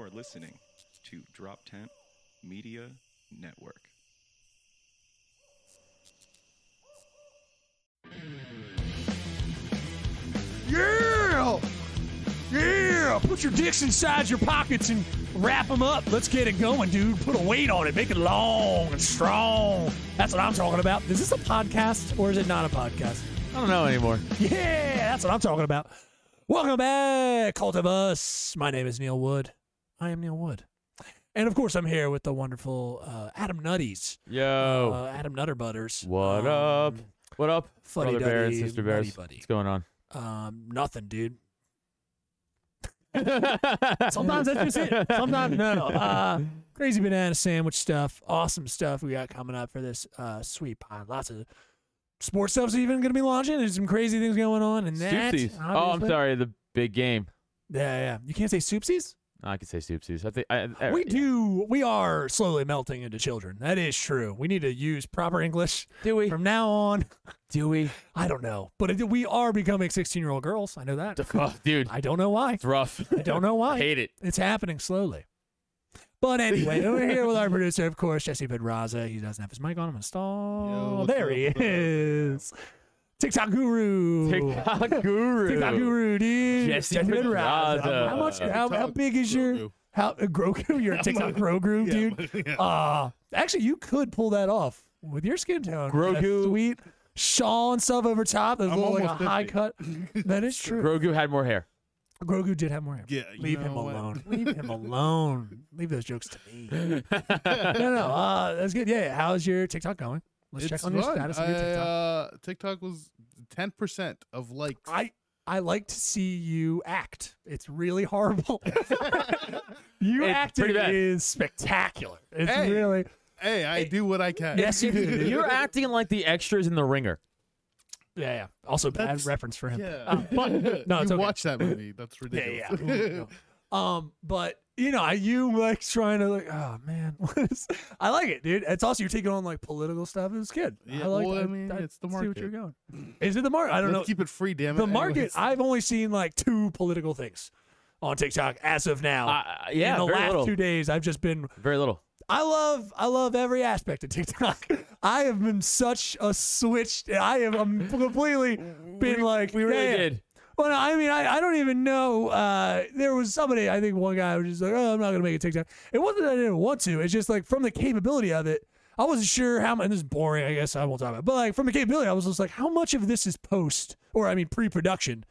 are listening to Drop Tent Media Network. Yeah! Yeah! Put your dicks inside your pockets and wrap them up. Let's get it going, dude. Put a weight on it. Make it long and strong. That's what I'm talking about. Is this a podcast or is it not a podcast? I don't know anymore. Yeah, that's what I'm talking about. Welcome back, Cult of Us. My name is Neil Wood. I am Neil Wood. And of course, I'm here with the wonderful uh, Adam Nutties, Yo, uh, Adam Um, Nutterbutters. Oh. what up? What up, Fuddy brother bear and duddy, sister bears? buddy buddy. What's going on? Um, nothing, dude. Sometimes that's just it. Sometimes no. Uh, crazy banana sandwich stuff. Awesome stuff we got coming up for this uh, sweet pine. Lots of sports stuff's even going to be launching. There's some crazy things going on. And that, Soupsies. Oh, I'm obviously- sorry. The big game. Yeah, yeah. You can't say soupsies. I could say soupsies. I think I, I, we do. We are slowly melting into children. That is true. We need to use proper English Do we? from now on. Do we? I don't know, but it, we are becoming 16 year old girls. I know that. Oh, dude, I don't know why. it's rough. I don't know why. Hate it. It's happening slowly. But anyway, we're here with our producer, of course, Jesse Pedraza. He doesn't have his mic on. I'm gonna Yo, stall. what's there he up? is. TikTok guru. TikTok guru. TikTok guru, dude. Jesse How, Pedraza. how much? How, how TikTok big is your Grogu. how uh, Grogu? Your TikTok Grogu, dude. yeah. Uh actually, you could pull that off with your skin tone. Grogu. That sweet shawl and stuff over top. That's I'm little, like a almost high 50. cut. That is true. Grogu had more hair. Grogu did have more hair. Yeah, you leave him know what? alone. leave him alone. Leave those jokes to me. no, no, uh, that's good. Yeah, how's your TikTok going? Let's check It's on your fun. status of your I, TikTok. uh, TikTok was ten percent of likes. I I like to see you act. It's really horrible. you It's acting pretty bad. is spectacular. It's Hey. really hey, I do what I can. yes, you do. dude. You're acting like the extras in The Ringer. yeah, yeah. Also, bad That's- reference for him. Yeah. Uh, but- no, it's okay. you watch that movie. That's Yeah, ridiculous. yeah. um, but you know, I you like trying to like, oh man, what is- I like it, dude. It's also you're taking on like political stuff. It's good. Yeah, I like. well, I mean, it's the See what market. you're going. Is it the market? I don't Let's know. keep it free, damn it. The market. Anyways, I've only seen like two political things on TikTok as of now. Uh, yeah, In the very last little. two days, I've just been. Very little. I love. I love every aspect of TikTok. I have been such a switch. I have um, completely been like. We really yeah, yeah. did. Well, no, I mean, I, I don't even know. Uh, there was somebody, I think one guy was just like, oh, I'm not going to make a TikTok. It wasn't that I didn't want to. It's just like from the capability of it, I wasn't sure how much, and this is boring, I guess I won't talk about it, but like from the capability, I was just like, how much of this is post or, I mean, pre production?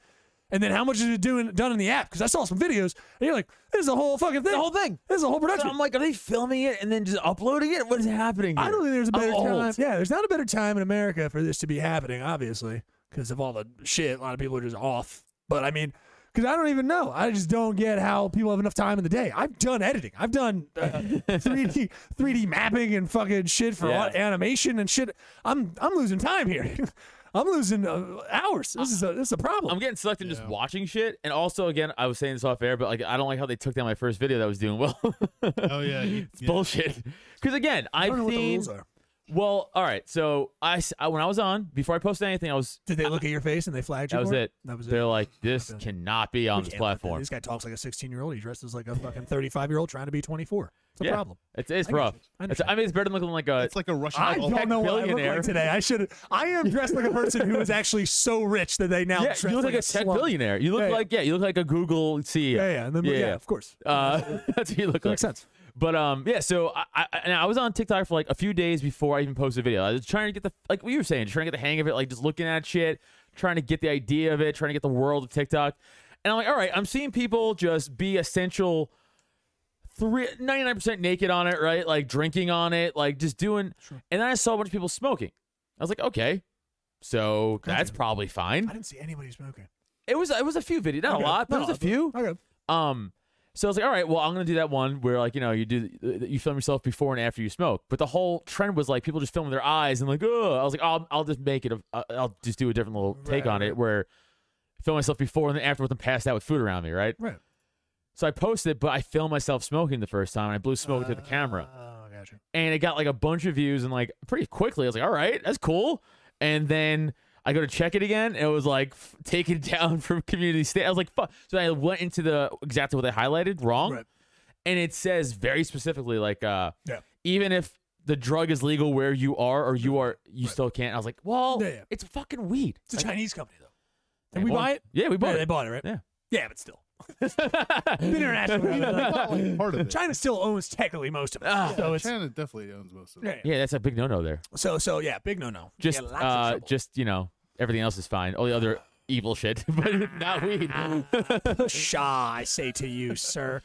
And then how much is it doing done in the app? Because I saw some videos, and you're like, this is a whole fucking thing. The whole thing. This is a whole So production. I'm like, are they filming it and then just uploading it? What is happening? I don't here? think there's a I'm better old. time. Yeah, there's not a better time in America for this to be happening, obviously, because of all the shit. A lot of people are just off. But I mean, because I don't even know. I just don't get how people have enough time in the day. I've done editing. I've done uh, 3D 3D mapping and fucking shit for Yeah. au- animation and shit. I'm I'm losing time here. I'm losing uh, hours. This is a this is a problem. I'm getting sucked in just Yeah. watching shit. And also, again, I was saying this off air, but like, I don't like how they took down my first video that was doing well. oh yeah, you- it's yeah. bullshit. Because again, I I've don't know what the seen. rules are. Well, all right. So I, s- I- when I was on before I posted anything, I was Did they look at your face and they flagged you? that was for it. That was it. They're like, this Okay. cannot be on We this can't let that- platform. This guy talks like a 16 year old. He dresses like a fucking 35 year old trying to be 24. It's a Yeah. problem. It's it's I get rough. you. I It's, I understand. mean, it's better than looking like a. It's like a Russian. I doll. don't know what I look billionaire. like today. I should. I am dressed like a person who is actually so rich that they now yeah, dress you look like a tech slum. billionaire. You look Yeah, yeah. like yeah, you look like a Google CEO. Yeah, yeah, and then, yeah, Yeah, yeah. of course. Uh, that's what you look That like. makes sense. But um, yeah. So I, I and I was on TikTok for like a few days before I even posted a video. I was trying to get the like what you were saying, trying to get the hang of it, like just looking at shit, trying to get the idea of it, trying to get the world of TikTok. And I'm like, all right, I'm seeing people just be essential. Three, 99% naked on it, right? Like drinking on it, like just doing. And then I saw a bunch of people smoking. I was like, okay, so that's probably fine. I didn't see anybody smoking. It was it was a few videos, not Okay. a lot, but No, it was a few. Okay. Um, so I was like, all right, well, I'm gonna do that one where like you know you do uh, you film yourself before and after you smoke. But the whole trend was like people just filming their eyes and like, oh, I was like, I'll I'll just make it. A, I'll just do a different little take on it where I film myself before and then afterwards and pass out with food around me, right? Right. So I posted, but I filmed myself smoking the first time and I blew smoke into the camera Oh, gotcha. and it got like a bunch of views and like pretty quickly i was like all right that's cool and then i go to check it again and it was like f- taken down from community state i was like fuck so i went into the exactly what they highlighted wrong Right. and it says very specifically like uh Yeah. even if the drug is legal where you are or you are you still can't. I was like, well, Yeah, yeah. it's fucking weed. It's a Chinese company though. They Did we bought buy it? Yeah, we bought Yeah, they it. bought it, right? Yeah. Yeah, but still. Been international. Not like part of it. China still owns technically most of it. Ah. so it's China definitely owns most of it. yeah, yeah. yeah, that's a big no no there. So so yeah, big no no. Just uh just you know, everything else is fine. All the other evil shit, but not weed. Shah, I say to you, sir.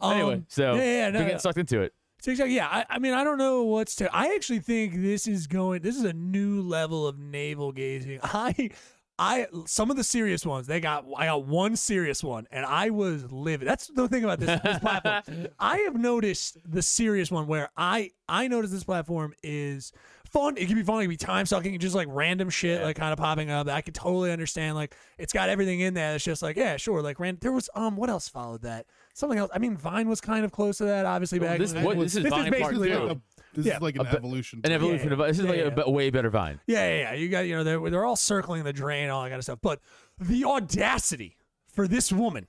Um, anyway, so yeah, yeah, no, been getting no. sucked into it. TikTok, yeah. I, I mean, I don't know what's to. I actually think this is going. This is a new level of navel gazing. I, I, some of the serious ones. They got. I got one serious one, and I was livid. That's the thing about this, this platform. I have noticed the serious one where I I notice this platform is fun. It can be fun. It can be time sucking. Just like random shit, like kind of popping up. I could totally understand. Like it's got everything in there. It's just like yeah, sure. Like ran. There was um, what else followed that? Something else. I mean, Vine was kind of close to that, obviously. Back This, when- what, this is this is Vine part basically Like two. Dude. a- this Yeah. is like an evolution. An to it. evolution of this is Yeah, like a yeah. b- way better Vine. Yeah, yeah, yeah. You got you know they're they're all circling the drain, all that kind of stuff. But the audacity for this woman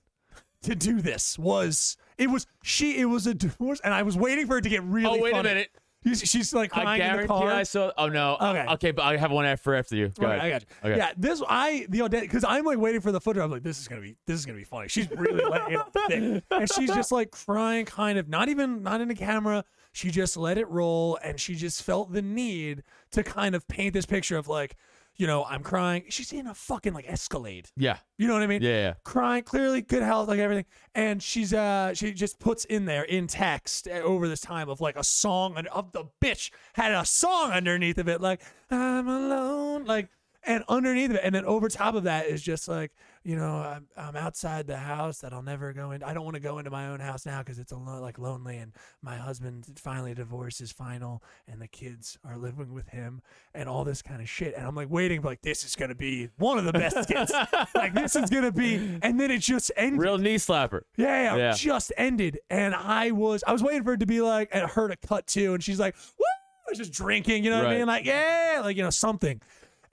to do this was it was she it was a divorce, and I was waiting for it to get really. oh wait funny. a minute. You see- She's like I crying in the guarantee car. I saw. Oh no. Okay. Okay, but I have one after after you. Go Okay, ahead. I got you. Okay. Yeah, this I the audacity because I'm like waiting for the footer. I'm like, this is gonna be this is gonna be funny. She's really letting it thick, and she's just like crying, kind of not even not in the camera. She just let it roll, and she just felt the need to kind of paint this picture of like, you know, I'm crying. She's in a fucking like Escalade. Yeah. You know what I mean? Yeah. yeah. crying clearly good health like everything and she's uh she just puts in there in text uh, over this time of like a song and of the bitch had a song underneath of it like i'm alone like and underneath of it and then over top of that is just like you know i'm, I'm outside the house that i'll never go in i don't want to go into my own house now because it's a lo- like lonely and my husband finally divorce is final and the kids are living with him and all this kind of shit and i'm like waiting like this is gonna be one of the best skits like this is gonna be and then it just ended Real knee slapper. yeah, yeah, Yeah. just ended and i was i was waiting for it to be like and her to cut too and she's like Woo! I was just drinking you know what i Right. mean like yeah like you know something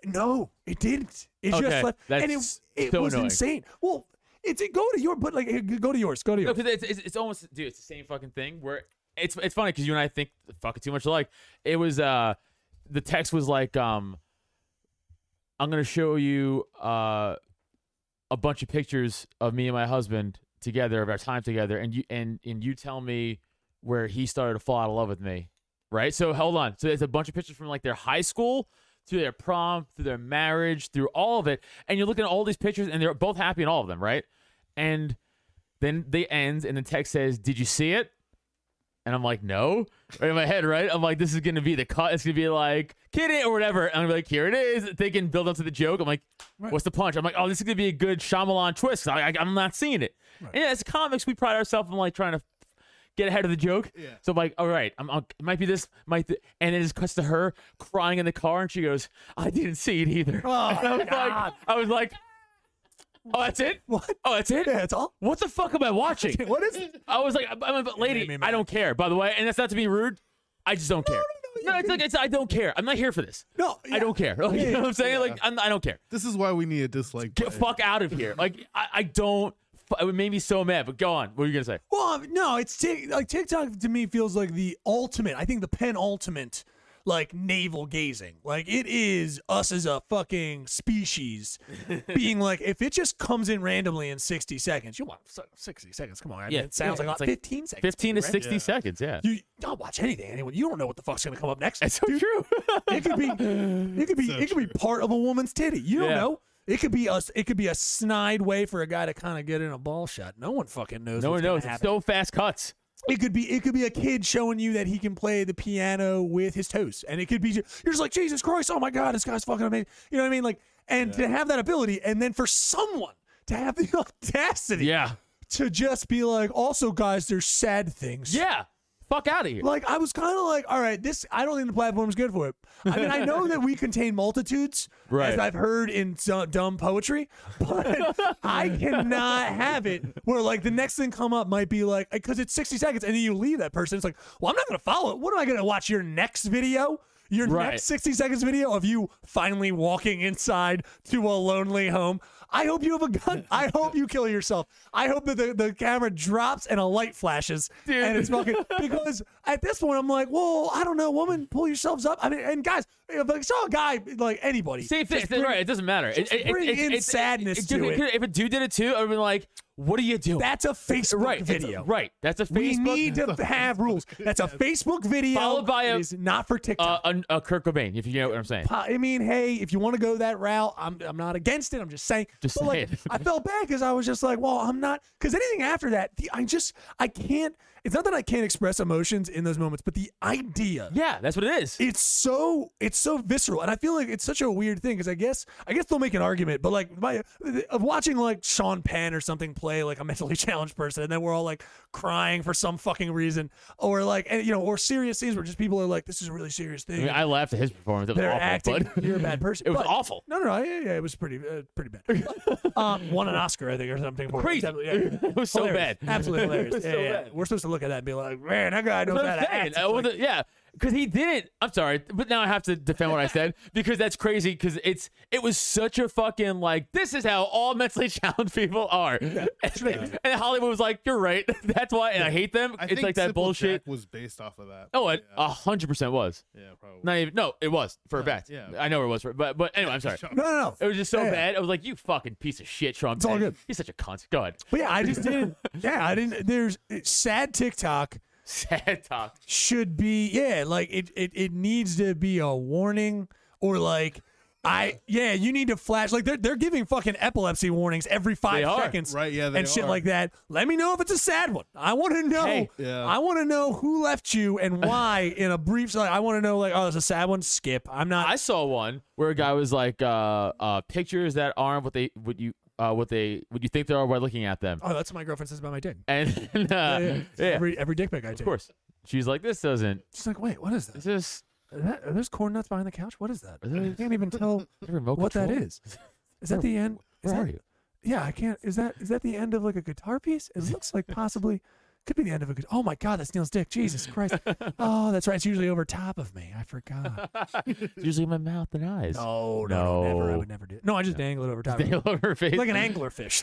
no it didn't it Okay, just left and it, that's it so was annoying. insane well it's it, go to your but like it- go to yours go to No, yours because it's, it's it's almost dude. It's the same fucking thing. Where it's it's funny because you and I think fucking too much alike. It was uh the text was like um I'm gonna show you uh a bunch of pictures of me and my husband together of our time together, and you and and you tell me where he started to fall out of love with me, right? So hold on. So there's a bunch of pictures from like their high school through their prom, through their marriage, through all of it, and you're looking at all these pictures, and they're both happy in all of them, right? And then they end, and the text says, "Did you see it?" And I'm like, "No." Right in my head, right? I'm like, "This is gonna be the cut. It's gonna be like kid it or whatever." And I'm like, "Here it is." Thinking build up to the joke. I'm like, "What's the punch?" I'm like, "Oh, this is gonna be a good Shyamalan twist." I, I, I'm not seeing it. And as comics, we pride ourselves on like trying to get ahead of the joke. Yeah. So I'm like, all right, I'm, I'm- it might be this, might th-. and it just cuts to her crying in the car, and she goes, I didn't see it either. Oh, And I was God. like, I was like, oh, that's it. What? Oh, that's it. yeah that's all What the fuck am I watching? what is it I was like, I'm, I'm a made me lady. mad. I don't care. By the way, and that's not to be rude. I just don't care. No, it's like it's, I don't care. I'm not here for this. no yeah. I don't care. Like, you know what I'm saying? Like I'm, I don't care. This is why we need a dislike. Get button. fuck out of here. Like I, I don't. fu- It made me so mad. But go on. What were you gonna say? Well, um, no, it's Tik like TikTok to me feels like the ultimate. I think the penultimate, like navel gazing. Like it is us as a fucking species being like, if it just comes in randomly in sixty seconds, you want so- sixty seconds? Come on, I mean, Yeah, it sounds yeah, like, it's a lot like fifteen seconds. 15 to right? 60 seconds. Yeah. You don't watch anything, anyone. You don't know what the fuck's gonna come up next. That's so Dude, true. it could be, it could be, So it could be part of a woman's titty. You don't Yeah. know. It could be a, it could be a snide way for a guy to kind of get in a ball shot. No one fucking knows. no what's one gonna knows. It's happen. so fast cuts. It could be it could be a kid showing you that he can play the piano with his toes, and it could be ju- you're just like Jesus Christ, oh my God, this guy's fucking amazing. You know what I mean? Like, and to have that ability, and then for someone to have the audacity Yeah. to just be like, also guys, there's sad things. Yeah. Fuck out of here. Like I was kind of like, all right, this I don't think the platform's good for it. I mean, I know that we contain multitudes, as Right. I've heard in d- dumb poetry, but I cannot have it where like the next thing come up might be like because it's sixty seconds and then you leave that person. It's like, well, I'm not gonna follow it. What am I gonna watch your next video? Your Right. next 60 seconds video of you finally walking inside to a lonely home. I hope you have a gun. I hope you kill yourself. I hope that the, the camera drops and a light flashes. And it's fucking because at this point I'm like, well, I don't know, woman, pull yourselves up. I mean, and guys, if I saw a guy like anybody, See, if it, right, it doesn't matter. It- just it- it- bring it's- in it's- sadness dude, to If a dude did it too, I would be like, "What are you doing?" that's a Facebook right it's a- video. right. That's a Facebook. We need to have rules. That's a Facebook video. Followed by a- it is not for TikTok. uh, a, a Kurt Cobain, if you know what I'm saying. po- I mean, hey, if you want to go that route, I'm, I'm not against it. I'm just saying. Just but like, saying. I felt bad because I was just like, well, I'm not. Because anything after that, the, I just, I can't. It's not that I can't express emotions in those moments, but the idea. Yeah, that's what it is. It's so it's so visceral, and I feel like it's such a weird thing because I guess I guess they'll make an argument, but like my of watching like Sean Penn or something play like a mentally challenged person, and then we're all like crying for some fucking reason, or like and, you know, or serious scenes where just people are like, this is a really serious I thing. mean, I laughed at his performance. It was They're awful, acting. but- You're a bad person. It was But- awful. No, no, no. Yeah, yeah, it was pretty, uh, pretty bad. um, won an Oscar, I think, or something. For it. Crazy. Definitely, yeah, yeah. It was so Hilarious. bad. Absolutely hilarious. It was yeah, so yeah. bad. We're supposed to look at that and be like, man, that guy knows That's how what I'm to saying. act. It's I like, wasn't, yeah, because he didn't. I'm sorry, but now I have to defend what I said because that's crazy. Because it's it was such a fucking like this is how all mentally challenged people are, and, and Hollywood was like, you're right. that's why, and I hate them. I it's think like that Simple bullshit. Jack was based off of that. Oh, it yeah, a hundred percent was. yeah, probably. Not even no, it was for a fact. yeah. I know it was for, but but anyway, I'm sorry. No, no, no. It was just so Yeah. bad. I was like, you fucking piece of shit, Sean. It's all good. He's such a cunt. Go ahead. But yeah, I just didn't. Yeah, I didn't. There's sad TikTok Sad talk. should be yeah, like it it it needs to be a warning or like. I yeah, you need to flash like they're they're giving fucking epilepsy warnings every five They are. seconds, Right, yeah, they and shit are. like that. Let me know if it's a sad one. I want to know. Hey. Yeah. I want to know who left you and why in a brief. Like, I want to know like oh, it's a sad one. Skip. I'm not. I saw one where a guy was like, uh, uh, pictures that aren't what they what you uh, what they what you think they are by looking at them. oh, that's what my girlfriend says about my dick. And uh, yeah, Every every dick pic I take. of course, she's like, this doesn't. She's like, wait, what is that? Is this Are that- are those corn nuts behind the couch? What is that? I can't even tell. is it remote what that control? is. Is that the end? Is Where that, are you? Yeah, I can't. Is that is that the end of like a guitar piece? It looks like possibly could be the end of a guitar. Oh my God, that's Neil's dick. Jesus Christ. Oh, that's right. It's usually over top of me. I forgot. It's usually my mouth and eyes. No, no, no, never. I No. would never do. It. No, I just dangle it over top. of They me. love her face. Like an anglerfish.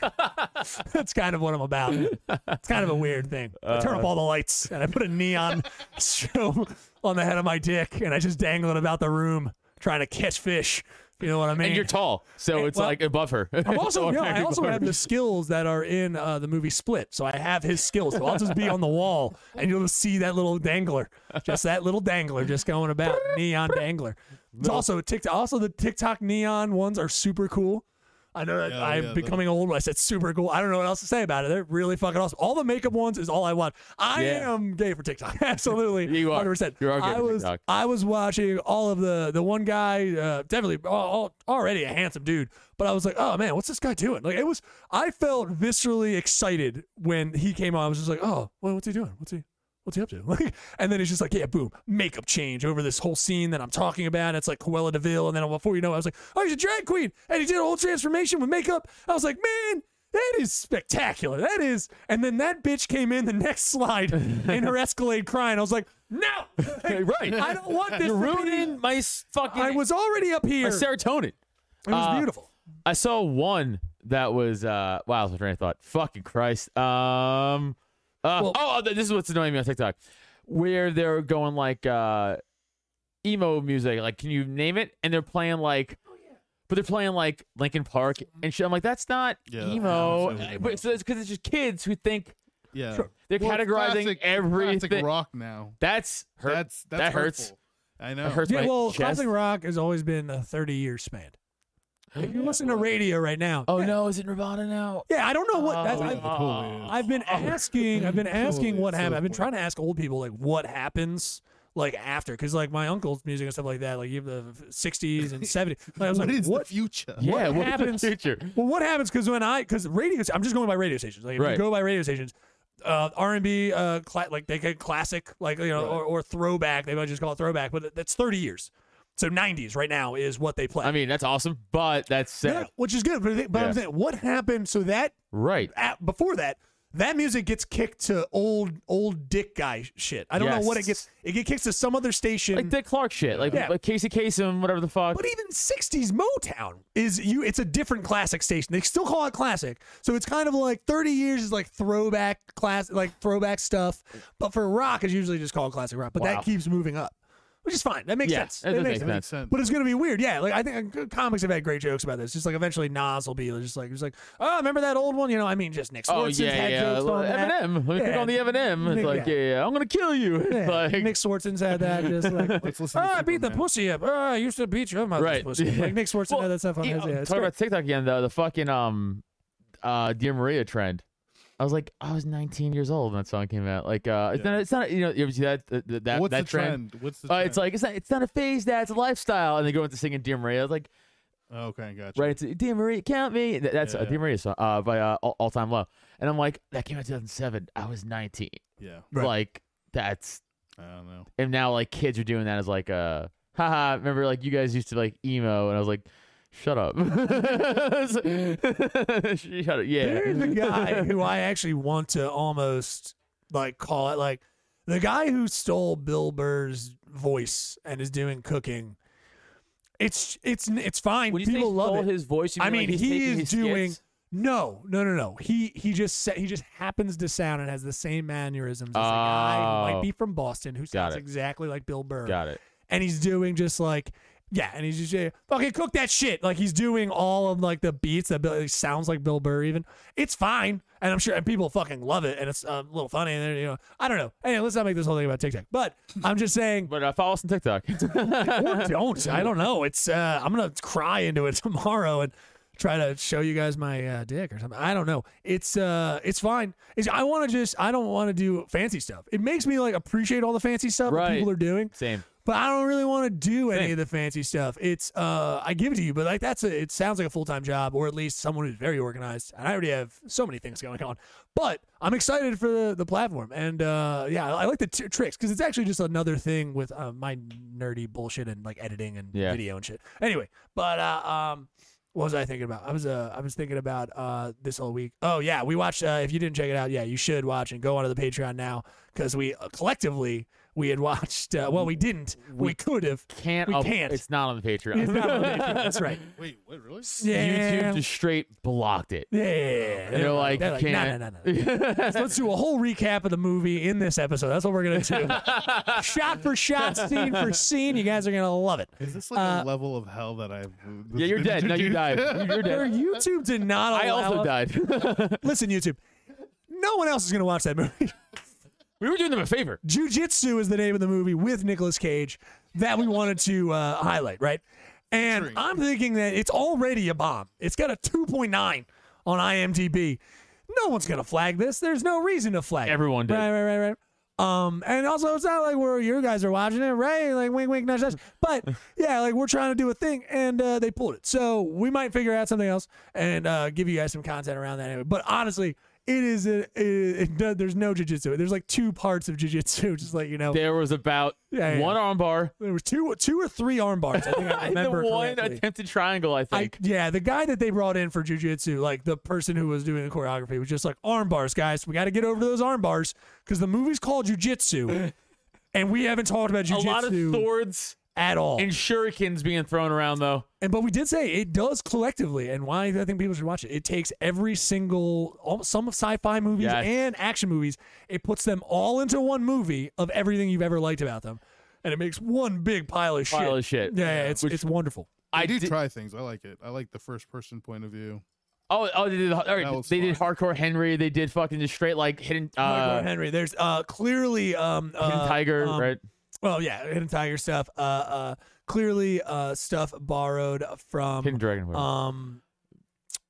That's kind of what I'm about. It's kind of a weird thing. I turn Uh, up all the lights and I put a neon show on the head of my dick and I just dangle it about the room trying to catch fish. You know what I mean? and you're tall, so Eh, it's well, like above her. I'm also no, I Automatically also above have her. the skills that are in uh, the movie Split, so I have his skills. So I'll just be on the wall, and you'll just see that little dangler, just that little dangler, just going about neon dangler. It's also TikTok. Also, the TikTok neon ones are super cool. I know that Yeah, I'm yeah, the- becoming old when I said super cool. I don't know what else to say about it. They're really fucking awesome. All the makeup ones is all I want. I Yeah. am gay for TikTok. Absolutely, You are. 100%. You are gay I for was TikTok. I was watching all of the the one guy, uh, definitely all, all- already a handsome dude, but I was like, oh man, what's this guy doing? Like it was, I felt viscerally excited when he came on. I was just like, oh, well, what's he doing? What's he? What's he up to? Like, and then he's just like, yeah, boom, makeup change over this whole scene that I'm talking about. It's like Cruella Deville, and then before you know, it, I was like, oh, he's a drag queen, and he did a whole transformation with makeup. I was like, man, that is spectacular. That is. And then that bitch came in the next slide in her Escalade crying. I was like, no, Right. I don't want this. You're to be- ruining my s- fucking. I was already up my here. serotonin. it was uh, beautiful. I saw one that was uh wow, that's what I thought. Fucking Christ. Um uh, Well- oh, th- this is what's annoying me on TikTok. Where they're going like uh emo music, like can you name it? And they're playing like but they're playing like Linkin Park and shit. I'm like, that's not Yeah, that's emo. not emo. But so it's because it's just kids who think yeah. they're Well, categorizing classic, everything. Classic rock now. That's hurt. That's, that's that hurts. hurtful. I know. That hurts Yeah, my well, chest. classic rock has always been a 30 year span. If you listen to radio right now, Oh no, is it Nirvana now? yeah, I don't know what. that's, Oh, I've, The cool is- I've been asking. I've been asking Totally, what so happened. I've been funny. trying to ask old people like what happens like after, because like my uncle's music and stuff like that, like you have the 60s and 70s. Like, I was what like, is what? the future? Yeah, what, is happens- the future? Well, what happens? Because when I because radio, I'm just going by radio stations. Like if you Right. go by radio stations, uh, R and B, uh, cla- like they get classic, like you know, or, or throwback. They might just call it throwback, but that's 30 years. So 90s right now is what they play. I mean, that's awesome, but that's sad. Yeah, which is good. But, I think- but I'm Yeah. saying, what happened? So that Right. at, before that, That music gets kicked to old old dick guy shit. I don't know what it gets. Yes. It gets kicked to some other station. like Dick Clark shit, like, Yeah. like Casey Kasem, whatever the fuck. But even 60s Motown is you it's a different classic station. They still call it classic. So it's kind of like 30 years is like throwback class like throwback stuff. But for rock it's usually just called classic rock. But Wow. that keeps moving up. Which is fine. That makes Yeah, sense. that does make sense. Makes sense. But it's gonna be weird, yeah. Like I think uh, comics have had great jokes about this. Just like eventually Nas will be just like, just like, oh, remember that old one? You know, I mean, just Nick oh Swartzen yeah, had yeah. jokes on that. Eminem. Let me click Yeah. on the Eminem. It's Yeah. like yeah, yeah, I'm gonna kill you. It's Yeah, like Nick Swartzen's had that. Just like, Let's oh, listen Ah, to I beat the Superman. pussy up. Oh, I used to beat your mother's Right. pussy. Like Nick Swartzen had that stuff on yeah, his. Yeah, it's talking great. about TikTok again though, the fucking um uh Dear Maria trend. I was like, I was 19 years old when that song came out. Like, uh, it's Yeah. not, it's not, you know, you ever see that that, that, What's that the trend? What's the Uh, trend? it's like it's not, it's not a phase, Dad. It's a lifestyle. And they go into singing Dear Maria. I was like, Oh, okay, gotcha. right into Dear Maria, count me. Th- That's Yeah, a yeah. Dear Maria song uh, by uh, all, all Time Low. And I'm like, that came out 2007. I was 19. Yeah, Right. Like that's I don't know. and now like kids are doing that as like uh haha remember like you guys used to like emo and i was like shut up shut up yeah There's a guy who I actually want to almost like call it like the guy who stole Bill Burr's voice and is doing cooking. It's it's it's fine. When you People say love stole it. his voice, you I mean, like he's he taking is his doing skits? no, no, no, no. He he just sa- he just happens to sound and has the same mannerisms as a guy who might Oh. be from Boston who sounds it. exactly like Bill Burr got it and he's doing just like yeah, and he's just yeah, fucking cook that shit. Like he's doing all of like the beats that Bill, it sounds like Bill Burr. Even it's fine, and I'm sure and people fucking love it, and it's uh, a little funny. And then, you know, I don't know. Anyway, let's not make this whole thing about TikTok. But I'm just saying, but uh, follow us on tiktok or don't. I don't know. It's uh, I'm gonna cry into it tomorrow and try to show you guys my uh, dick or something. I don't know. It's uh, it's fine. It's, I want to just I don't want to do fancy stuff. It makes me like appreciate all the fancy stuff that Right. people are doing same but I don't really want to do any Same. of the fancy stuff. It's uh, I give it to you, but like that's a, it sounds like a full time job, or at least someone who's very organized. And I already have so many things going on, but I'm excited for the, the platform, and uh, yeah, I, I like the t- tricks because it's actually just another thing with uh, my nerdy bullshit and like editing and Yeah. video and shit. Anyway, but uh, um. What was I thinking about? I was uh, I was thinking about uh, this whole week. Oh yeah, we watched. Uh, if you didn't check it out, yeah, you should watch and go onto the Patreon now because we uh, collectively we had watched. Uh, well, we didn't. We, could have. can't We up- can't. it's not on the patreon It's not on the Patreon, That's right. Wait, what? Really? Yeah. youtube just straight blocked it yeah, yeah, and they're like, they're like, no, no, can't. no, no. So let's do a whole recap of the movie in this episode. That's what we're gonna do, shot for shot, scene for scene. You guys are gonna love it. Is this like Uh, a level of hell that I've? yeah you're dead no you died you're Their dead YouTube did not. Allow Oh, i also us- died Listen, YouTube. No one else is gonna watch that movie. we were doing them a favor Jujitsu is the name of the movie with Nicolas Cage that we wanted to uh, highlight, right? And I'm thinking that it's already a bomb. It's got a 2.9 on IMDb. No one's gonna flag this. There's no reason to flag. it. Everyone did. Right, right, right, right. Um, and also it's not like where you guys are watching it, right? Like wink, wink, nudge, nudge. But yeah, like we're trying to do a thing, and uh, they pulled it. So we might figure out something else and uh, give you guys some content around that. Anyway. But honestly, it is a, it, it, does- there's no jujitsu. There's like two parts of jujitsu. Just like you know, there was about Yeah, yeah. one arm bar there was two two or three arm bars. I think I and the remember one correctly. attempted triangle i I, think yeah, the guy that they brought in for jujitsu, like the person who was doing the choreography, was just like arm bars, guys. We got to get over those arm bars because the movie's called jujitsu, and we haven't talked about a lot of jujitsu swords at all. and And, shurikens being thrown around though but we did say it does collectively, and why I think people should watch it. It takes every single almost some of sci-fi movies Yes. and action movies, it puts them all into one movie of everything you've ever liked about them, and it makes one big pile of pile shit. of shit Yeah, yeah, it's Which- it's wonderful. I do did- try things. I like it. I like the first person point of view. Oh, oh, they did. All That right, was they did fun. hardcore Henry. They did fucking just straight like hidden, Hardcore uh, Henry, there's uh clearly um hidden uh, tiger, um, right? Well, yeah, Hidden Tiger stuff. Uh, uh, clearly, uh, stuff borrowed from Hidden dragon. whatever. um,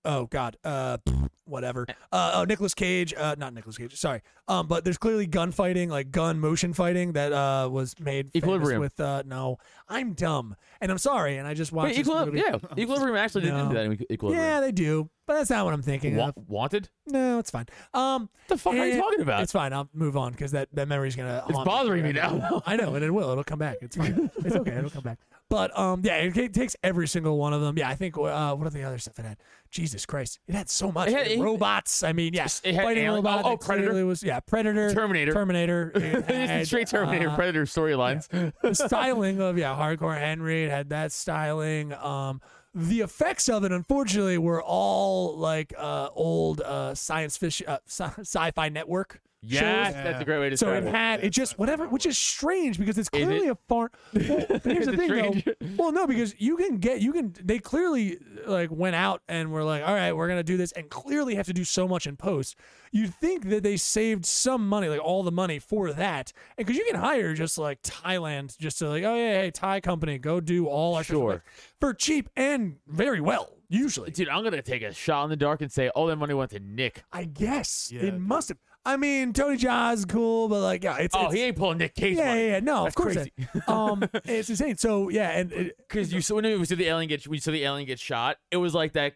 oh god, uh, pfft, whatever. Eh. Uh, oh, Nicolas Cage. Uh, not Nicolas Cage. Sorry. Um, but there's clearly gunfighting, like gun motion fighting that uh was made famous Equilibrium. with. Uh, no, I'm dumb, and I'm sorry, and I just watched. Wait, this equilibrium. movie. Yeah, equilibrium actually did No. do that. in Yeah, Equilibrium. they do, but that's not what I'm thinking. Wa- of. wanted. No, it's fine. Um, The fuck are you eh, talking about? It's fine. I'll move on because that that memory's gonna. It's haunt bothering me forever. now. I know, and it will. It'll come back. It's fine. it's okay. It'll come back. But um, yeah, it, it takes every single one of them. Yeah, I think uh, what are the other stuff it had? Jesus Christ, it had so much. It had- It had it- robots. I mean, yes, it had fighting alien- robot. oh, oh, that Predator. clearly Was yeah, Predator, Terminator. Terminator. It had, It's straight Terminator uh, Predator storylines. the styling of yeah, hardcore Henry. It had that styling. Um, the effects of it, unfortunately, were all like uh, old uh, science fiction, uh, sci- sci-fi network. Yes, shows. that's a great way to So describe it it. had it just whatever, which is strange because it's Is clearly it? a farm. Well, but here's the Is it thing, strange? though. Well, no, because you can get you can. They clearly like went out and were like, all right, we're gonna do this, and clearly have to do so much in post. You'd think that they saved some money, like all the money for that, and because you can hire just like Thailand, just to like, oh yeah, hey Thai company, go do all our Sure. for cheap and very well usually. Dude, I'm gonna take a shot in the dark and say all that money went to Nick. I guess Yeah, it dude. must have. I mean, Tony Jaa's cool, but like, yeah, it's Oh, it's- he ain't pulling Nick Cage yeah, money. yeah, yeah. No, That's of course. crazy. not. um, it's insane. So yeah, and it, Because you saw when we saw the alien get we saw the alien get shot. It was like that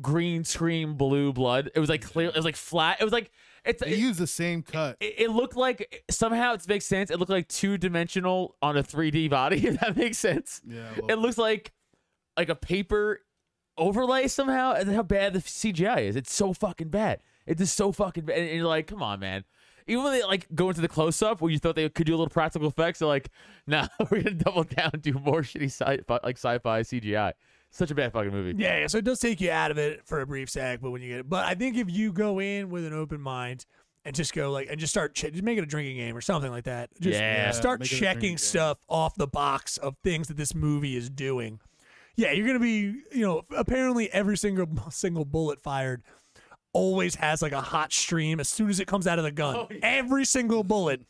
green screen blue blood. It was like clear. It was like flat. It was like it's. They It, use the same cut. it looked like somehow it makes sense. It looked like two dimensional on a 3D body. If that makes sense. Yeah, I love It looks like like a paper overlay somehow. And how bad the CGI is. It's so fucking bad. It's just so fucking bad. And you're like, come on, man. Even when they like go into the close up where you thought they could do a little practical effects, they're like, nah, we're gonna double down, do more shitty sci fi like sci-fi CGI. Such a bad fucking movie. yeah, yeah, so it does take you out of it for a brief sec. But when you get it, but I think if you go in with an open mind and just go like and just start ch- just make it a drinking game or something like that. Just Yeah. start Make it a drinking checking game. stuff off the box of things that this movie is doing. Yeah, you're gonna be you know apparently every single single bullet fired always has like a hot stream as soon as it comes out of the gun. Every single bullet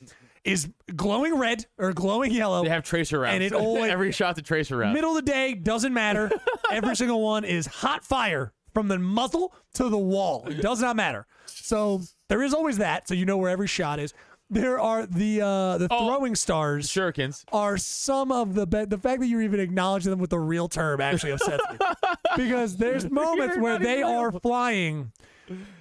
is glowing red or glowing yellow. They have tracer rounds. And it always- every shot's a tracer round. Middle of the day, doesn't matter. Every single one is hot fire from the muzzle to the wall. It does not matter. So there is always that, so you know where every shot is. There are the uh, the Oh. throwing stars Shurikens. are some of the best. The fact that you even acknowledge them with the real term actually upsets me because there's moments They're where not they even are flying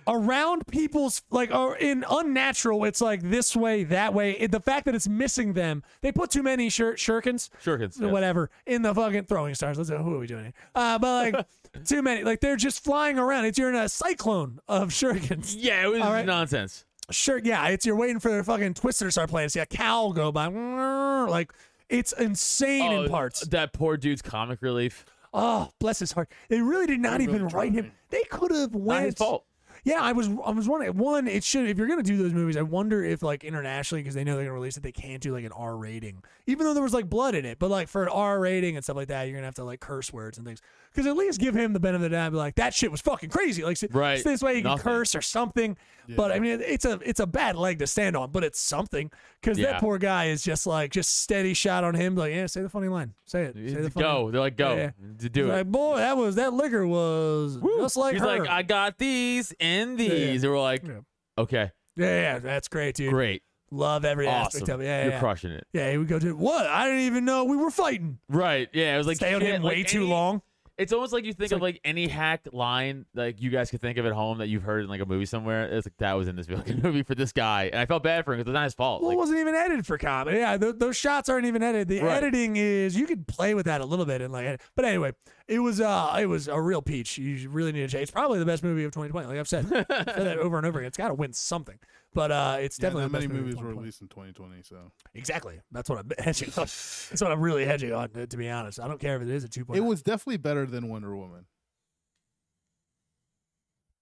around people's like are in unnatural. It's like this way, that way. It, the fact that it's missing them, they put too many shir- shurikens Shurikens. yes. whatever in the fucking throwing stars. Let's who are we doing here? Uh, but like too many, like they're just flying around. It's you're in a cyclone of shurikens. Yeah, it was All right. nonsense. Sure, yeah, it's you're waiting for the fucking twister to start playing. See a cow go by, like it's insane Oh, in parts. That poor dude's comic relief. Oh, bless his heart. They really did not even write him. They could have went. Not his fault. Yeah, I was I was wondering. One, it should if you're gonna do those movies, I wonder if like internationally because they know they're gonna release it, they can't do like an R rating, even though there was like blood in it. But like for an R rating and stuff like that, you're gonna have to like curse words and things. Because at least give him the benefit of the doubt. and Be like that shit was fucking crazy. Like so- Right. so this way you can Nothing. curse or something. But I mean, it- it's a it's a bad leg to stand on, but it's something. Because Yeah. that poor guy is just like just steady shot on him. Like yeah, say the funny line. Say it. Say the funny Go. They're like, go. Yeah, D- Do it. Like boy, that was that liquor was just like He's her. like, I got these and these. They were like, Yeah. okay, yeah, yeah, that's great, dude. great, Love every aspect of awesome. it. Yeah, You're yeah. crushing it. yeah, he would go to what? I didn't even know we were fighting. Right. Yeah. It was like Stay on shit, him like way too any- long. It's almost like you think of like, any hacked line like you guys could think of at home that you've heard in like a movie somewhere. It's like that was in this fucking movie for this guy, and I felt bad for him because it's not his fault. Well, it Like, wasn't even edited for comedy. Yeah, th- those shots aren't even edited. The Right. editing is you could play with that a little bit and like, edit. but anyway, it was uh, it was a real peach. You really need to change. It's probably the best movie of 2020. Like I've said, I've said that over and over again. It's got to win something, but uh, it's Yeah, definitely not the best many movie of movies were 2020. released in 2020. So Exactly. That's what I'm hedging on. That's what I'm really hedging on. To to be honest, I don't care if it is a two point. it was definitely better than Wonder Woman.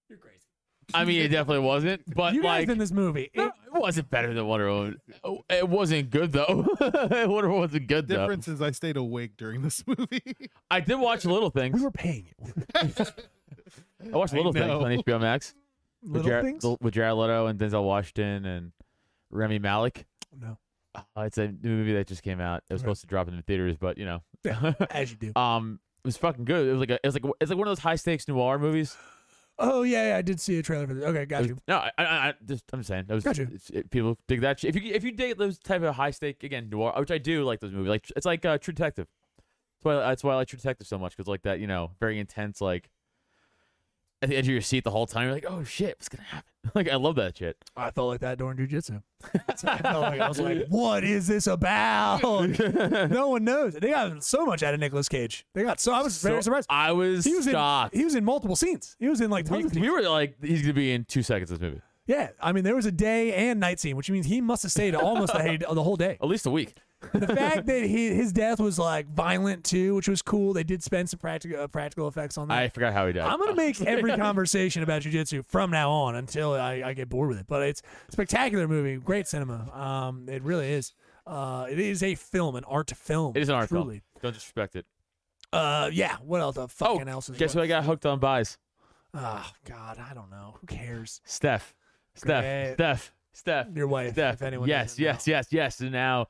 You're crazy. I mean, it definitely wasn't, but you guys like. in this movie. no, it- it wasn't better than Wonder Woman. Oh, It wasn't good though. Wonder Woman wasn't good though. Difference is I stayed awake during this movie. I did watch Little Things. we were paying it. I watched I Little Things know. on HBO Max. Little with Jared, things. with Jared Leto and Denzel Washington and Remy Malik. no, Uh, it's a new movie that just came out. It was Right. supposed to drop in the theaters, but you know, as you do. um, it was fucking good. It was like a, it was like it's like one of those high stakes noir movies. Oh yeah, yeah, I did see a trailer for this. Okay, It got was- you. no, I, I, I just I'm just saying. That was, Gotcha. it's- it- people dig that shit. If you if you dig those type of high stake again noir, which I do like those movies. Like it's like uh, True Detective. That's why that's why I like True Detective so much because like that you know very intense like at the edge of your seat the whole time. You're like, oh shit, what's gonna happen? like I love that shit. I felt like that during jujitsu. That's what I felt like. I was like, what is this about? no one knows. They got so much out of Nicolas Cage. They got so I was very So surprised. I was, He was shocked. in he was in multiple scenes. He was in like tons we, of scenes. we were like, he's gonna be in two seconds. This movie, Yeah, I mean there was a day and night scene, which means he must have stayed almost the, the whole day. at least a week. The fact that he, his death was like violent too, which was cool. They did spend some practical uh, practical effects on that. I forgot how he died. I'm gonna make every conversation about jujitsu from now on until I, I get bored with it. But it's a spectacular movie, great cinema. Um, it really is. Uh, it is a film, an art film. It is an art truly. film. Don't disrespect it. Uh, yeah. What else? The Oh, fucking else is guess what I got hooked on buys? Oh God, I don't know. Who cares? Steph, Steph, Great. Steph, Steph, Your wife, Steph. if anyone. yes, doesn't know. yes, yes, yes. And now,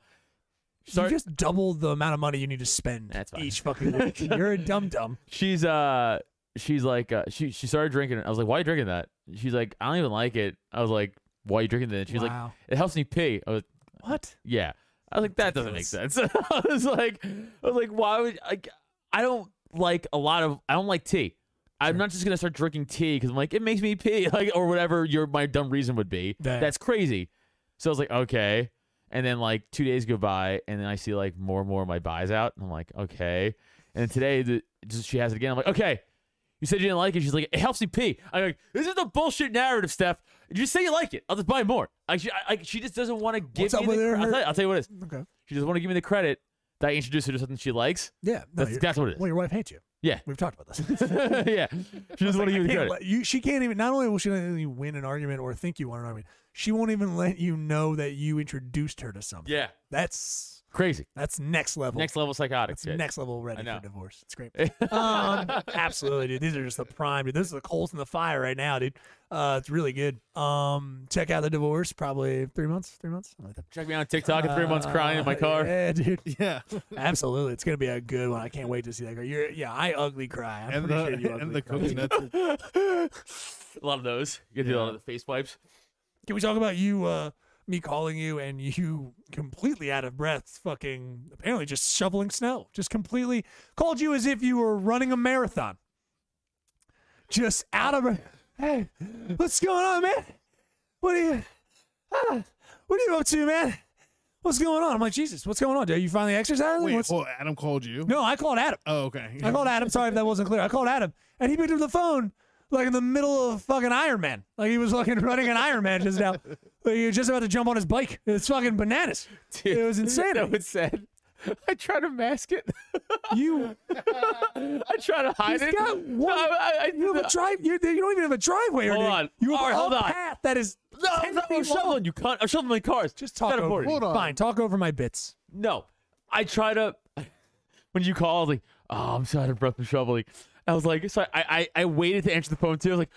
You start. just double the amount of money you need to spend That's fine. each fucking week. You're a dum dum. she's uh, she's like, uh, she she started drinking. it. I was like, why are you drinking that? She's like, I don't even like it. I was like, why are you drinking that? She's like, Wow. it helps me pee. I was What? Yeah. I was like, that doesn't make sense. I was like, I was like, why would like I don't like a lot of I don't like tea. I'm not just gonna start drinking tea because I'm like it makes me pee like or whatever your my dumb reason would be. Right. That's crazy. So I was like, okay. And then like two days go by and then I see like more and more of my buys out and I'm like, okay. And then today the, just- she has it again. I'm like, okay. You said you didn't like it. She's like, it helps me pee. I'm like, this is the bullshit narrative, Steph. You just say you like it. I'll just buy more. Like she, I, like, she just doesn't want to give What's me up the- with her- I'll, tell you, I'll tell you what it is. Okay. She doesn't want to give me the credit that I introduced her to something she likes. Yeah. no, That's you're- exactly what it is. Well, your wife hates you. Yeah. We've talked about this. yeah. She doesn't want to give me Can't the credit. let you, she can't even. Not only will she not let you win an argument or think you won an argument, she won't even let you know that you introduced her to something. Yeah. That's Crazy. that's next level. Next level psychotic. that's shit. next level ready I know. for divorce. It's great. um, absolutely, dude. These are just the prime, dude. This is the coals in the fire right now, dude. Uh, it's really good. Um, check out the divorce. Probably three months. Three months. something like that. Check me out on TikTok in three months crying in my Uh, car. Yeah, dude. Yeah. Absolutely, it's gonna be a good one. I can't wait to see that. girl. You're, yeah, I ugly cry. I'm and pretty sure the, you ugly and the cry. cookie nuts. A lot of those. You gotta do a lot of the face wipes. Can we talk about you, uh, me calling you and you completely out of breath, fucking apparently just shoveling snow, just completely called you as if you were running a marathon, just out of breath. Hey, what's going on, man? What are you, ah, what are you up to, man? What's going on? I'm like, Jesus, what's going on, dude? You finally exercising? Wait, What's- hold, Adam called you. no, I called Adam. Oh, okay. I called Adam. Sorry if that wasn't clear. I called Adam, and he picked up the phone like in the middle of fucking Iron Man. Like he was fucking running an Iron Man just now. Like he was just about to jump on his bike. It's fucking bananas. Dude, it was insane. No, it said. I try to mask it. you I try to hide He's it. got No, I- I- I- you have a drive. You, you don't even have a driveway. or Hold anything. on. You have All a right, whole hold on. path that is No, I'm 10 not feet long. shoveling you. Cunt. I'm shoveling my cars. Just talk Not over. important. me. Hold on. Fine, talk over my bits. No, I try to. When you call, I was like, "Oh, I'm so out of breath from shoveling." I was like, "So I, I, I waited to answer the phone too." I was like,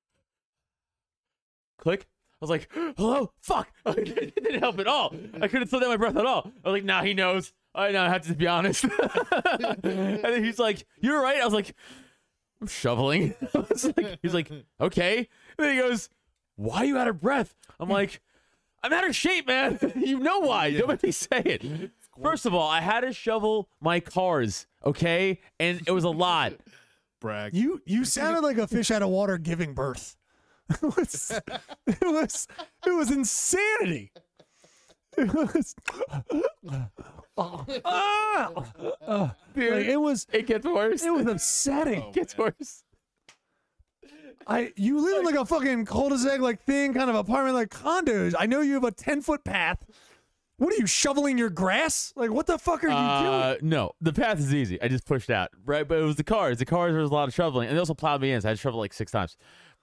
"Click." I was like, "Hello, fuck!" it didn't help at all. I couldn't slow down my breath at all. I was like, "Nah, he knows." I know. I have to be honest. and then he's like, "You're right." I was like, "I'm shoveling." I was like, he's like, "Okay." And then he goes, "Why are you out of breath?" I'm like. I'm out of shape, man. you know why. Don't make me say it. First of all, I had to shovel my cars, okay? And it was a lot. Brag. You you sounded like a fish out of water giving birth. it was it was it was insanity. It was Oh. Ah! Ah. Dude, Like, it, it was gets worse. Oh, it was upsetting. it gets worse. I you live in like a fucking cul-de-sac like thing, kind of apartment like condos. I know you have a ten foot path. What are you shoveling your grass? Like what the fuck are you doing? Uh, no, the path is easy. I just pushed out, right? But it was the cars. The cars, there was a lot of shoveling. And they also plowed me in, so I had to shovel like six times.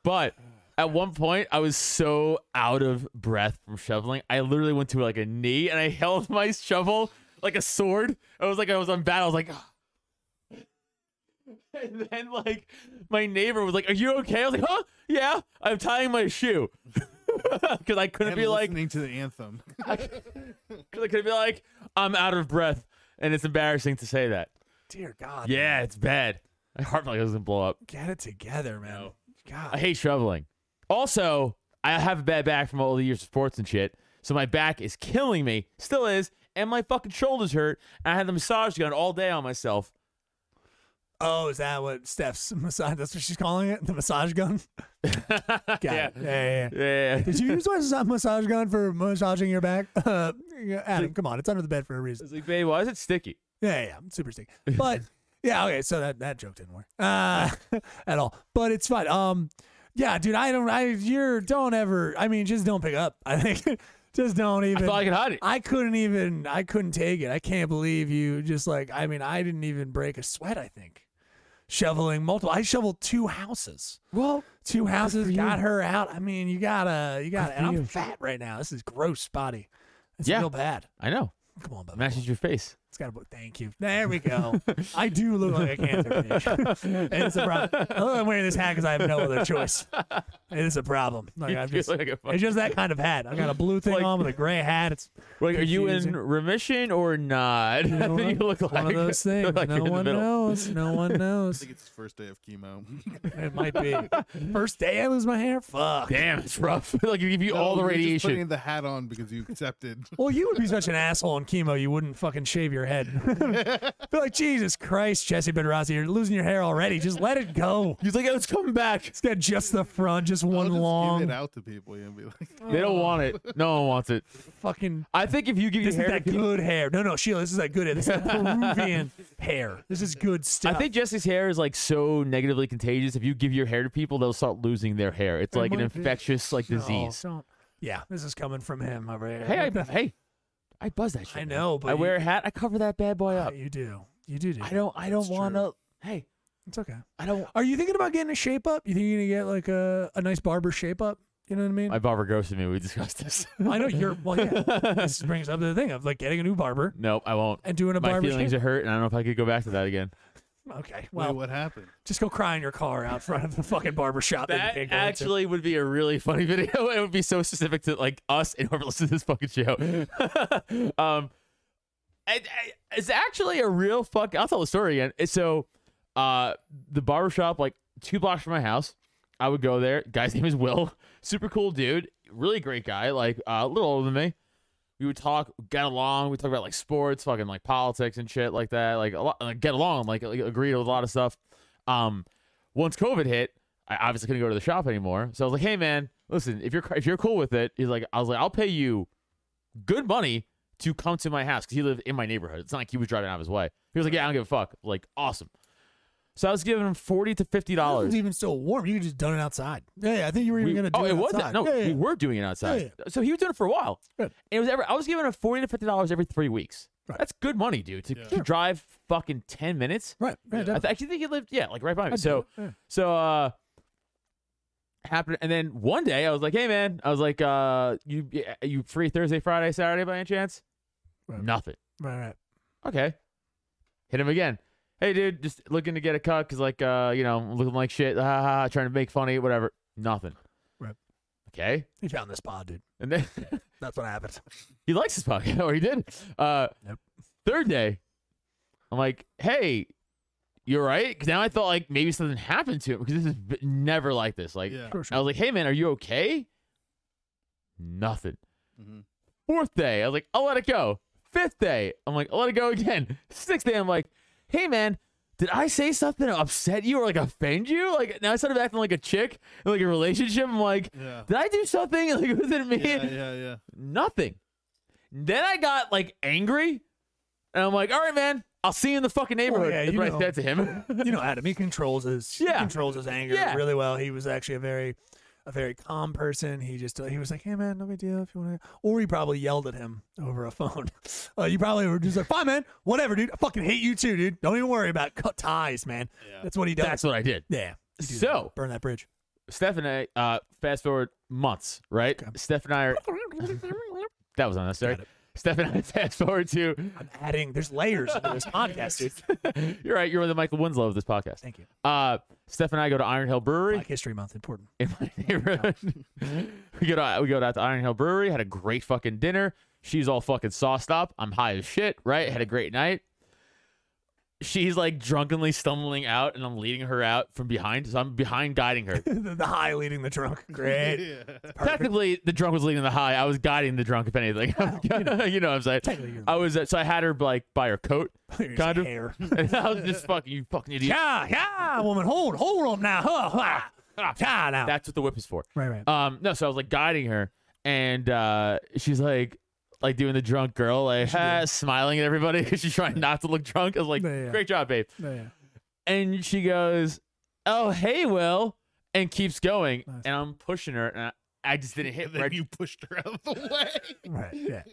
But at one point, I was so out of breath from shoveling. I literally went to like a knee and I held my shovel like a sword. I was like, I was on battle. I was like, "Ah." And then like my neighbor was like, "Are you okay?" I was like, "Huh? Yeah, I'm tying my shoe." Cuz I couldn't and be like listening to the anthem. cuz I couldn't be like I'm out of breath and it's embarrassing to say that. Dear God. Yeah, it's bad. My heart like doesn't blow up. Get it together, man. No. I God. hate shoveling. Also, I have a bad back from all the years of sports and shit. So my back is killing me, still is, and my fucking shoulders hurt. And I had the massage gun all day on myself. Oh, is that what Steph's massage? That's what she's calling it, the massage gun. Got Yeah. it. Yeah, yeah, yeah. Yeah. Did you use my massa- massage gun for massaging your back? Uh, Adam, come on, it's under the bed for a reason. It's like, babe, why is it sticky? Yeah, yeah, I'm super sick. But yeah, okay, so that that joke didn't work uh, at all. But it's fine. Um, yeah, dude, I don't. I you're don't ever. I mean, just don't pick up. I think just don't even. I thought I could hide it. I couldn't even. I couldn't take it. I can't believe you. Just like I mean, I didn't even break a sweat. I think shoveling multiple. I shoveled two houses. Well, Two houses for you. got her out. I mean, you gotta, you gotta. for And I'm you. fat right now. This is gross, body. It's Yeah. real bad. I know. Come on, buddy. Matches your face. It's got a book. Thank you. There we go. I do look like a cancer patient. and it's a problem. Oh, I'm wearing this hat because I have no other choice. It is a problem. Like, You I'm feel just, like a fuck- it's just that kind of hat. I've got a blue thing Like- on with a gray hat. It's Like, are you in Confusing. remission or not? you know That's what you what? look like one of those You things. look like no you're in the one middle. knows. No one I knows. think it's his first day of chemo. It might be. First day I lose my hair. Fuck. Damn, it's rough. like you give you No, all the you're just radiation. putting the hat on because you accepted. Well, you would be such an asshole on chemo, you wouldn't fucking shave your head. Be like, Jesus Christ, Jesse Benrossi, you're losing your hair already. Just let it go. He's like, oh, it's coming back. It's got just the front, just I'll one just long. give it out to people and be like, They don't want it. No one wants it. fucking. I think if you give Oh. your This is hair, to that people- good hair. No, no, Sheila, this is that good hair. This is Peruvian hair. This is good I stuff. think Jesse's hair is like so negatively contagious. If you give your hair to people, they'll start losing their hair. It's It like an might be. infectious like No, disease. don't- Oh. Yeah, this is coming from him over here. Hey, I, hey, I buzz that shit. I man. know, but I you- wear a hat. I cover that bad boy up. you do. You do. do I don't. I don't It's want true. to. Hey, It's okay. I don't. Are you thinking about getting a shape up? You think you're gonna get like a, a nice barber shape up? You know what I mean? My barber ghosted me. We discussed this. I know you're. Well, yeah. this brings up the thing of like getting a new barber nope, I won't. and doing a My barber feelings shape. are hurt, and I don't know if I could go back to that again. okay. "Wait, Well, what happened? just go cry in your car out front of the fucking barber shop. you That can't go into. actually would be a really funny video. It would be so specific to like us and whoever listens to this fucking show. um, it- it- it's actually a real fuck. I'll tell the story again. It's So, uh, the barbershop like two blocks from my house. I would go there. Guy's name is Will. Super cool dude. Really great guy. Like uh, a little older than me. We would talk, get along. We talk about like sports, fucking like politics and shit like that. Like a lot, like, get along. Like, like agreed with a lot of stuff. Um, once COVID hit, I obviously couldn't go to the shop anymore. So I was like, "Hey, man, listen, if you're if you're cool with it, he's like, I was like, I'll pay you good money to come to my house because he lived in my neighborhood. It's not like he was driving out of his way. He was like, "Yeah, I don't give a fuck." Like, awesome. So I was giving him forty to fifty It dollars. was even still warm. You could just done it outside. Yeah, yeah, I think you were even gonna do oh, it, it was outside. no, yeah, yeah. we were doing it outside. Yeah, So he was doing it for a while. Good. And it was every, I was giving him forty to fifty dollars every three weeks. Right. That's good money, dude. To, Yeah. to drive fucking ten minutes. right. right I definitely. th- actually think he lived, yeah, like right by me. I'd do So, it, yeah. so uh happened and then one day I was like, "Hey man, I was like, uh you you free Thursday, Friday, Saturday by any chance?" Right. Nothing. right, right. Okay. Hit him again. Hey dude, just looking to get a cut cuz like uh you know, I'm looking like shit, ha, ha, ha, trying to make funny, whatever. Nothing. Right. Okay. He found this pod, dude. And then That's what happened. he likes this podcast, or he did. Uh, Yep. Third day, I'm like, hey, you're right. Cause now I thought like maybe something happened to him because this is v- never like this. Like, Yeah. Sure, I sure. was like, hey man, are you okay? Nothing. Mhm. Fourth day, I was like, I'll let it go. Fifth day, I'm like, I'll let it go again. Sixth day, I'm like, hey man, did I say something to upset you or like offend you? Like now I started acting like a chick in like a relationship. I'm like, Yeah. did I do something? Like was it me? Yeah, yeah, yeah. Nothing. Then I got like angry, and I'm like, "All right, man, I'll see you in the fucking neighborhood." yeah, That's you what know. I said to him. you know, Adam, he controls his he Yeah. controls his anger Yeah. really well. He was actually a very a very calm person. He just uh, he was like, "Hey man, no big deal if you want to." Or he probably yelled at him over a phone. Uh, you probably were just like, "Fine, man, whatever, dude. I fucking hate you too, dude. Don't even worry about it. cut ties, man." Yeah. That's what he does. That's what I did. yeah. You do that. So- burn that bridge. Steph and I. Uh, fast forward months, right? Steph and I are. that was unnecessary. Got it. Steph and I fast forward to. I'm adding. There's layers to this podcast, dude. You're right. You're the Michael Winslow of this podcast. Thank you. Uh, Steph and I go to Iron Hill Brewery. Black History Month, important. in my neighborhood. we go to we go out to Iron Hill Brewery, had a great fucking dinner. She's all fucking sauced up. I'm high as shit, right? Had a great night. she's like drunkenly stumbling out, and I'm leading her out from behind. So I'm behind guiding her. the, the high leading the drunk. Great. Yeah. Technically, the drunk was leading the high. I was guiding the drunk, if anything. you, know, what I'm saying? Technically, you're- I was, uh, so I had her like by her coat, Here's Uh, kind of. hair. And I was just fucking, you Ah, fucking idiot. yeah, yeah, woman, hold, hold on now. Huh, huh. Yeah, now. That's what the whip is for. right, right. Um, no, so I was like guiding her, and uh, she's like, like doing the drunk girl, like "Ah," smiling at everybody. she's trying not to look drunk. I was like, Yeah, yeah. great job, babe. yeah, yeah. And she goes, oh hey, Will, and keeps going, Nice. and I'm pushing her, and I, I just didn't hit. And then reg- you pushed her out of the way. Right, yeah.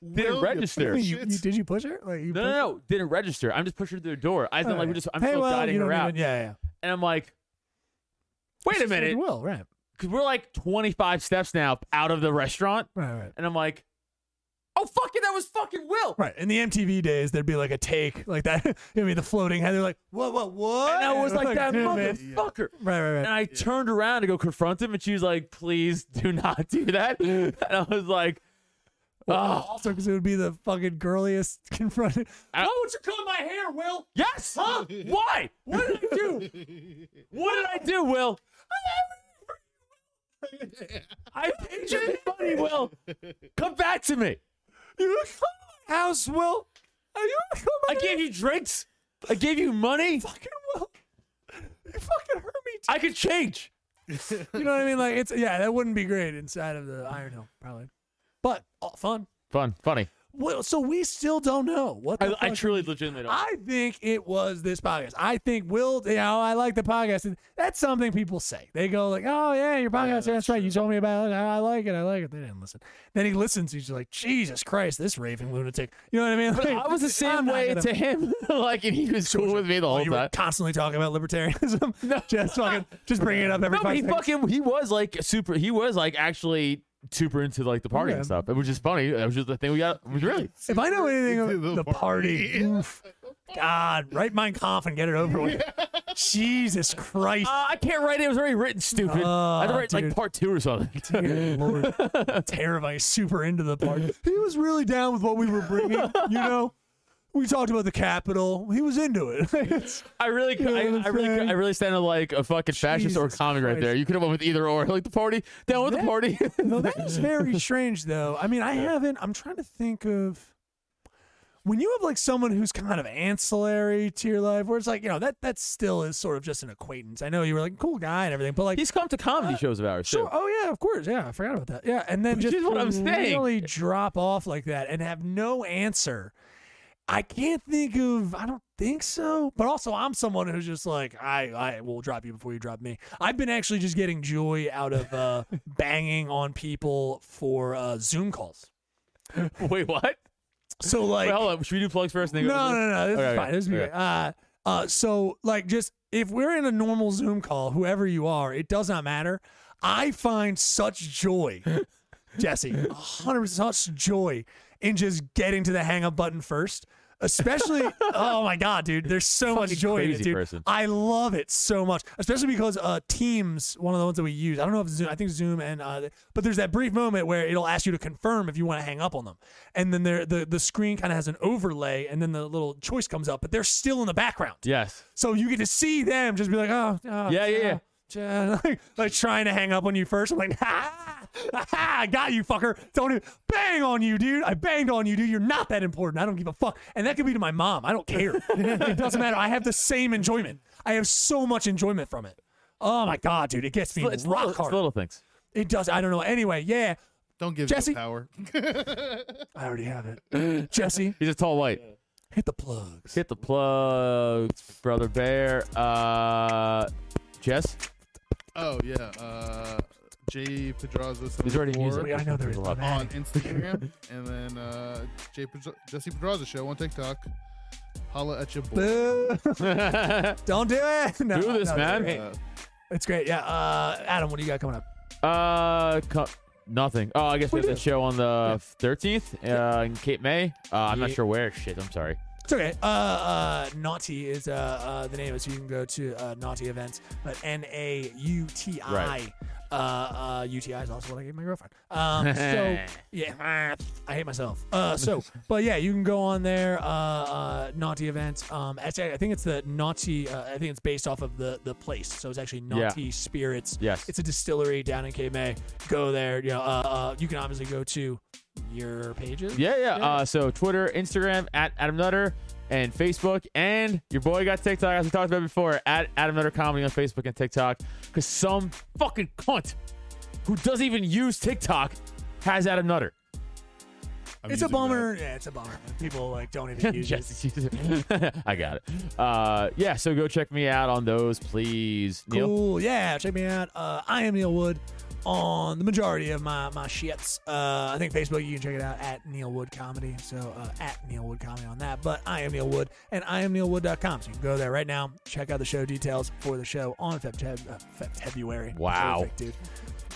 Will, you register. piece You, of you- shit. did you push her? Like you no, pushed no, no, didn't register. I'm just pushing her through the door. I think like we Alright. just, I'm Hey, still well, guiding you her don't out, even- yeah, yeah. and I'm like, wait She a said minute, Will, right, because we're like 25 steps now out of the restaurant, right, right. and I'm like, oh fuck it, that was fucking Will. Right. In the MTV days, there'd be like a take like that. you know what I mean, the floating head. They're like, what, what, what? And I was like, that dude, man. motherfucker. Right, right, And right. I turned around to go confront him, and she was like, please do not do that. And I was like, Well, oh, also, because it would be the fucking girliest confronted. I- Why would you cut my hair, Will? yes. Huh? Why? What did I do? What did I do, Will? I paid you money, Will. Come back to me. You cut my house, Will. Are you cut my I gave you drinks. I gave you money. fucking Will? You fucking hurt me. I could change. Too. You know what I mean? Like it's yeah, that wouldn't be great inside of the Iron Hill probably, but oh, fun. Fun, funny. Well, so we still don't know what the I, I fuck- truly, legitimately don't. I think it was this podcast. I think Will, you know, I like the podcast. And that's something people say. They go like, oh, yeah, your podcast. that's right. You told me about it. I I like it. I like it. They didn't listen. Then he listens. He's just like, Jesus Christ, this raving lunatic. You know what I mean? Like, I was the I'm same not way gonna- to him. like, and he was cool with me the Oh, whole you were time. constantly talking about libertarianism. No. just fucking, just bringing it up every No, but he five seconds. fucking he was like super. He was like actually super into like the party Okay. and stuff. It was just funny. It was just the thing we got. We really. If I know anything Into of the the party, party. oof. God, write Mein Kampf and get it over with. Jesus Christ. Uh, I can't write it. It was already written. Stupid. I had to Ah, write like dude. part two or something. Dear Lord, terrifying, super into the party. He was really down with what we were bringing. You know, we talked about the Capitol. He was into it. It's- I really, know I, what I'm I really, saying? I really sounded like a fucking fascist or a Jesus comic right Christ. there. You could have went with either or, like the party, down with the Yeah. party. no, that is very strange, though. I mean, I haven't. I'm trying to think of when you have like someone who's kind of ancillary to your life, where it's like you know that that still is sort of just an acquaintance. I know you were like cool guy and everything, but like He's come to comedy shows of ours Sure. too. Oh yeah, of course. Yeah, I forgot about that. Yeah, and then Which just is what to I'm saying. really drop off like that and have no answer. I can't think of. I don't think so. But also, I'm someone who's just like I. I will drop you before you drop me. I've been actually just getting joy out of uh, banging on people for uh, Zoom calls. Wait, what? So like, Wait, hold on. Should we do plugs first? And then no, no, no. This Okay, is okay, fine. This is okay. great. Uh, uh, so like, just if we're in a normal Zoom call, whoever you are, it does not matter. I find such joy, Jesse, a hundred percent such joy in just getting to the hang up button first. Especially, oh my god, dude! There's so much Fucking joy in crazy it, dude. person. I love it so much, especially because uh, Teams, one of the ones that we use. I don't know if Zoom, I think Zoom and uh, but there's that brief moment where it'll ask you to confirm if you want to hang up on them, and then there the the screen kind of has an overlay, and then the little choice comes up, but they're still in the background, Yes. so you get to see them just be like, oh, oh, Yeah, yeah, oh, yeah. yeah, like, like trying to hang up on you first. I'm like, ha, ha, ha, I got you, fucker. Don't even bang on you, dude. I banged on you, dude. You're not that important. I don't give a fuck. And that could be to my mom. I don't care. it doesn't matter. I have the same enjoyment. I have so much enjoyment from it. Oh my god, dude, it gets me It's rock little, it's hard. little things. It does. I don't know. Anyway, yeah, Don't give Jesse- him power. I already have it. Jesse, He's a tall white. hit the plugs. Hit the plugs, brother bear. Uh, Jess. Oh yeah. Uh, Jay Pedraza. He's already in Wait, music. I know there is There's a lot. on dramatic. Instagram, and then uh, Jay Pedra- Jesse Pedraza show on TikTok. Holla at your boy. Uh, Boo. Don't do it. No, Do this, no, it's man. great. Uh, It's great. Yeah. Uh, Adam, what do you got coming up? Uh, co- nothing. Oh, I guess we We have do. that show on the thirteenth uh, in Cape May. Uh, I'm not sure where. Shit, I'm sorry. It's okay. Uh, uh, Naughty is uh, uh, the name of it, so you can go to uh, Naughty Events, but N A U T I. Right. Uh, uh, UTI is also what I gave my girlfriend. Um, so yeah, I hate myself. Uh, so but yeah, you can go on there. Uh, uh naughty events. Um, actually, I think it's the naughty. Uh, I think it's based off of the the place. So it's actually Yeah. naughty spirits. Yes. it's a distillery down in KMA. Go there. You know, uh, uh, you can obviously go to your pages. Yeah, yeah. Uh, so Twitter, Instagram at Adam Nutter, and Facebook, and your boy got TikTok as we talked about before at Adam Nutter Comedy on Facebook and TikTok. Because some fucking cunt who doesn't even use TikTok has Adam Nutter. I'm It's a using bummer. Yeah, it's a bummer. People like don't even use it. Just use it. I got it. Uh, yeah. So go check me out on those, please. Neil. Cool. Yeah, check me out. Uh, I am Neil Wood on the majority of my my shits. Uh, I think Facebook, you can check it out at Neil Wood Comedy. So uh, at Neil Wood Comedy on that. But I am Neil Wood, and I am neilwood.com. So you can go there right now. Check out the show details for the show on Feb- uh, Feb- February. Wow. Perfect, dude.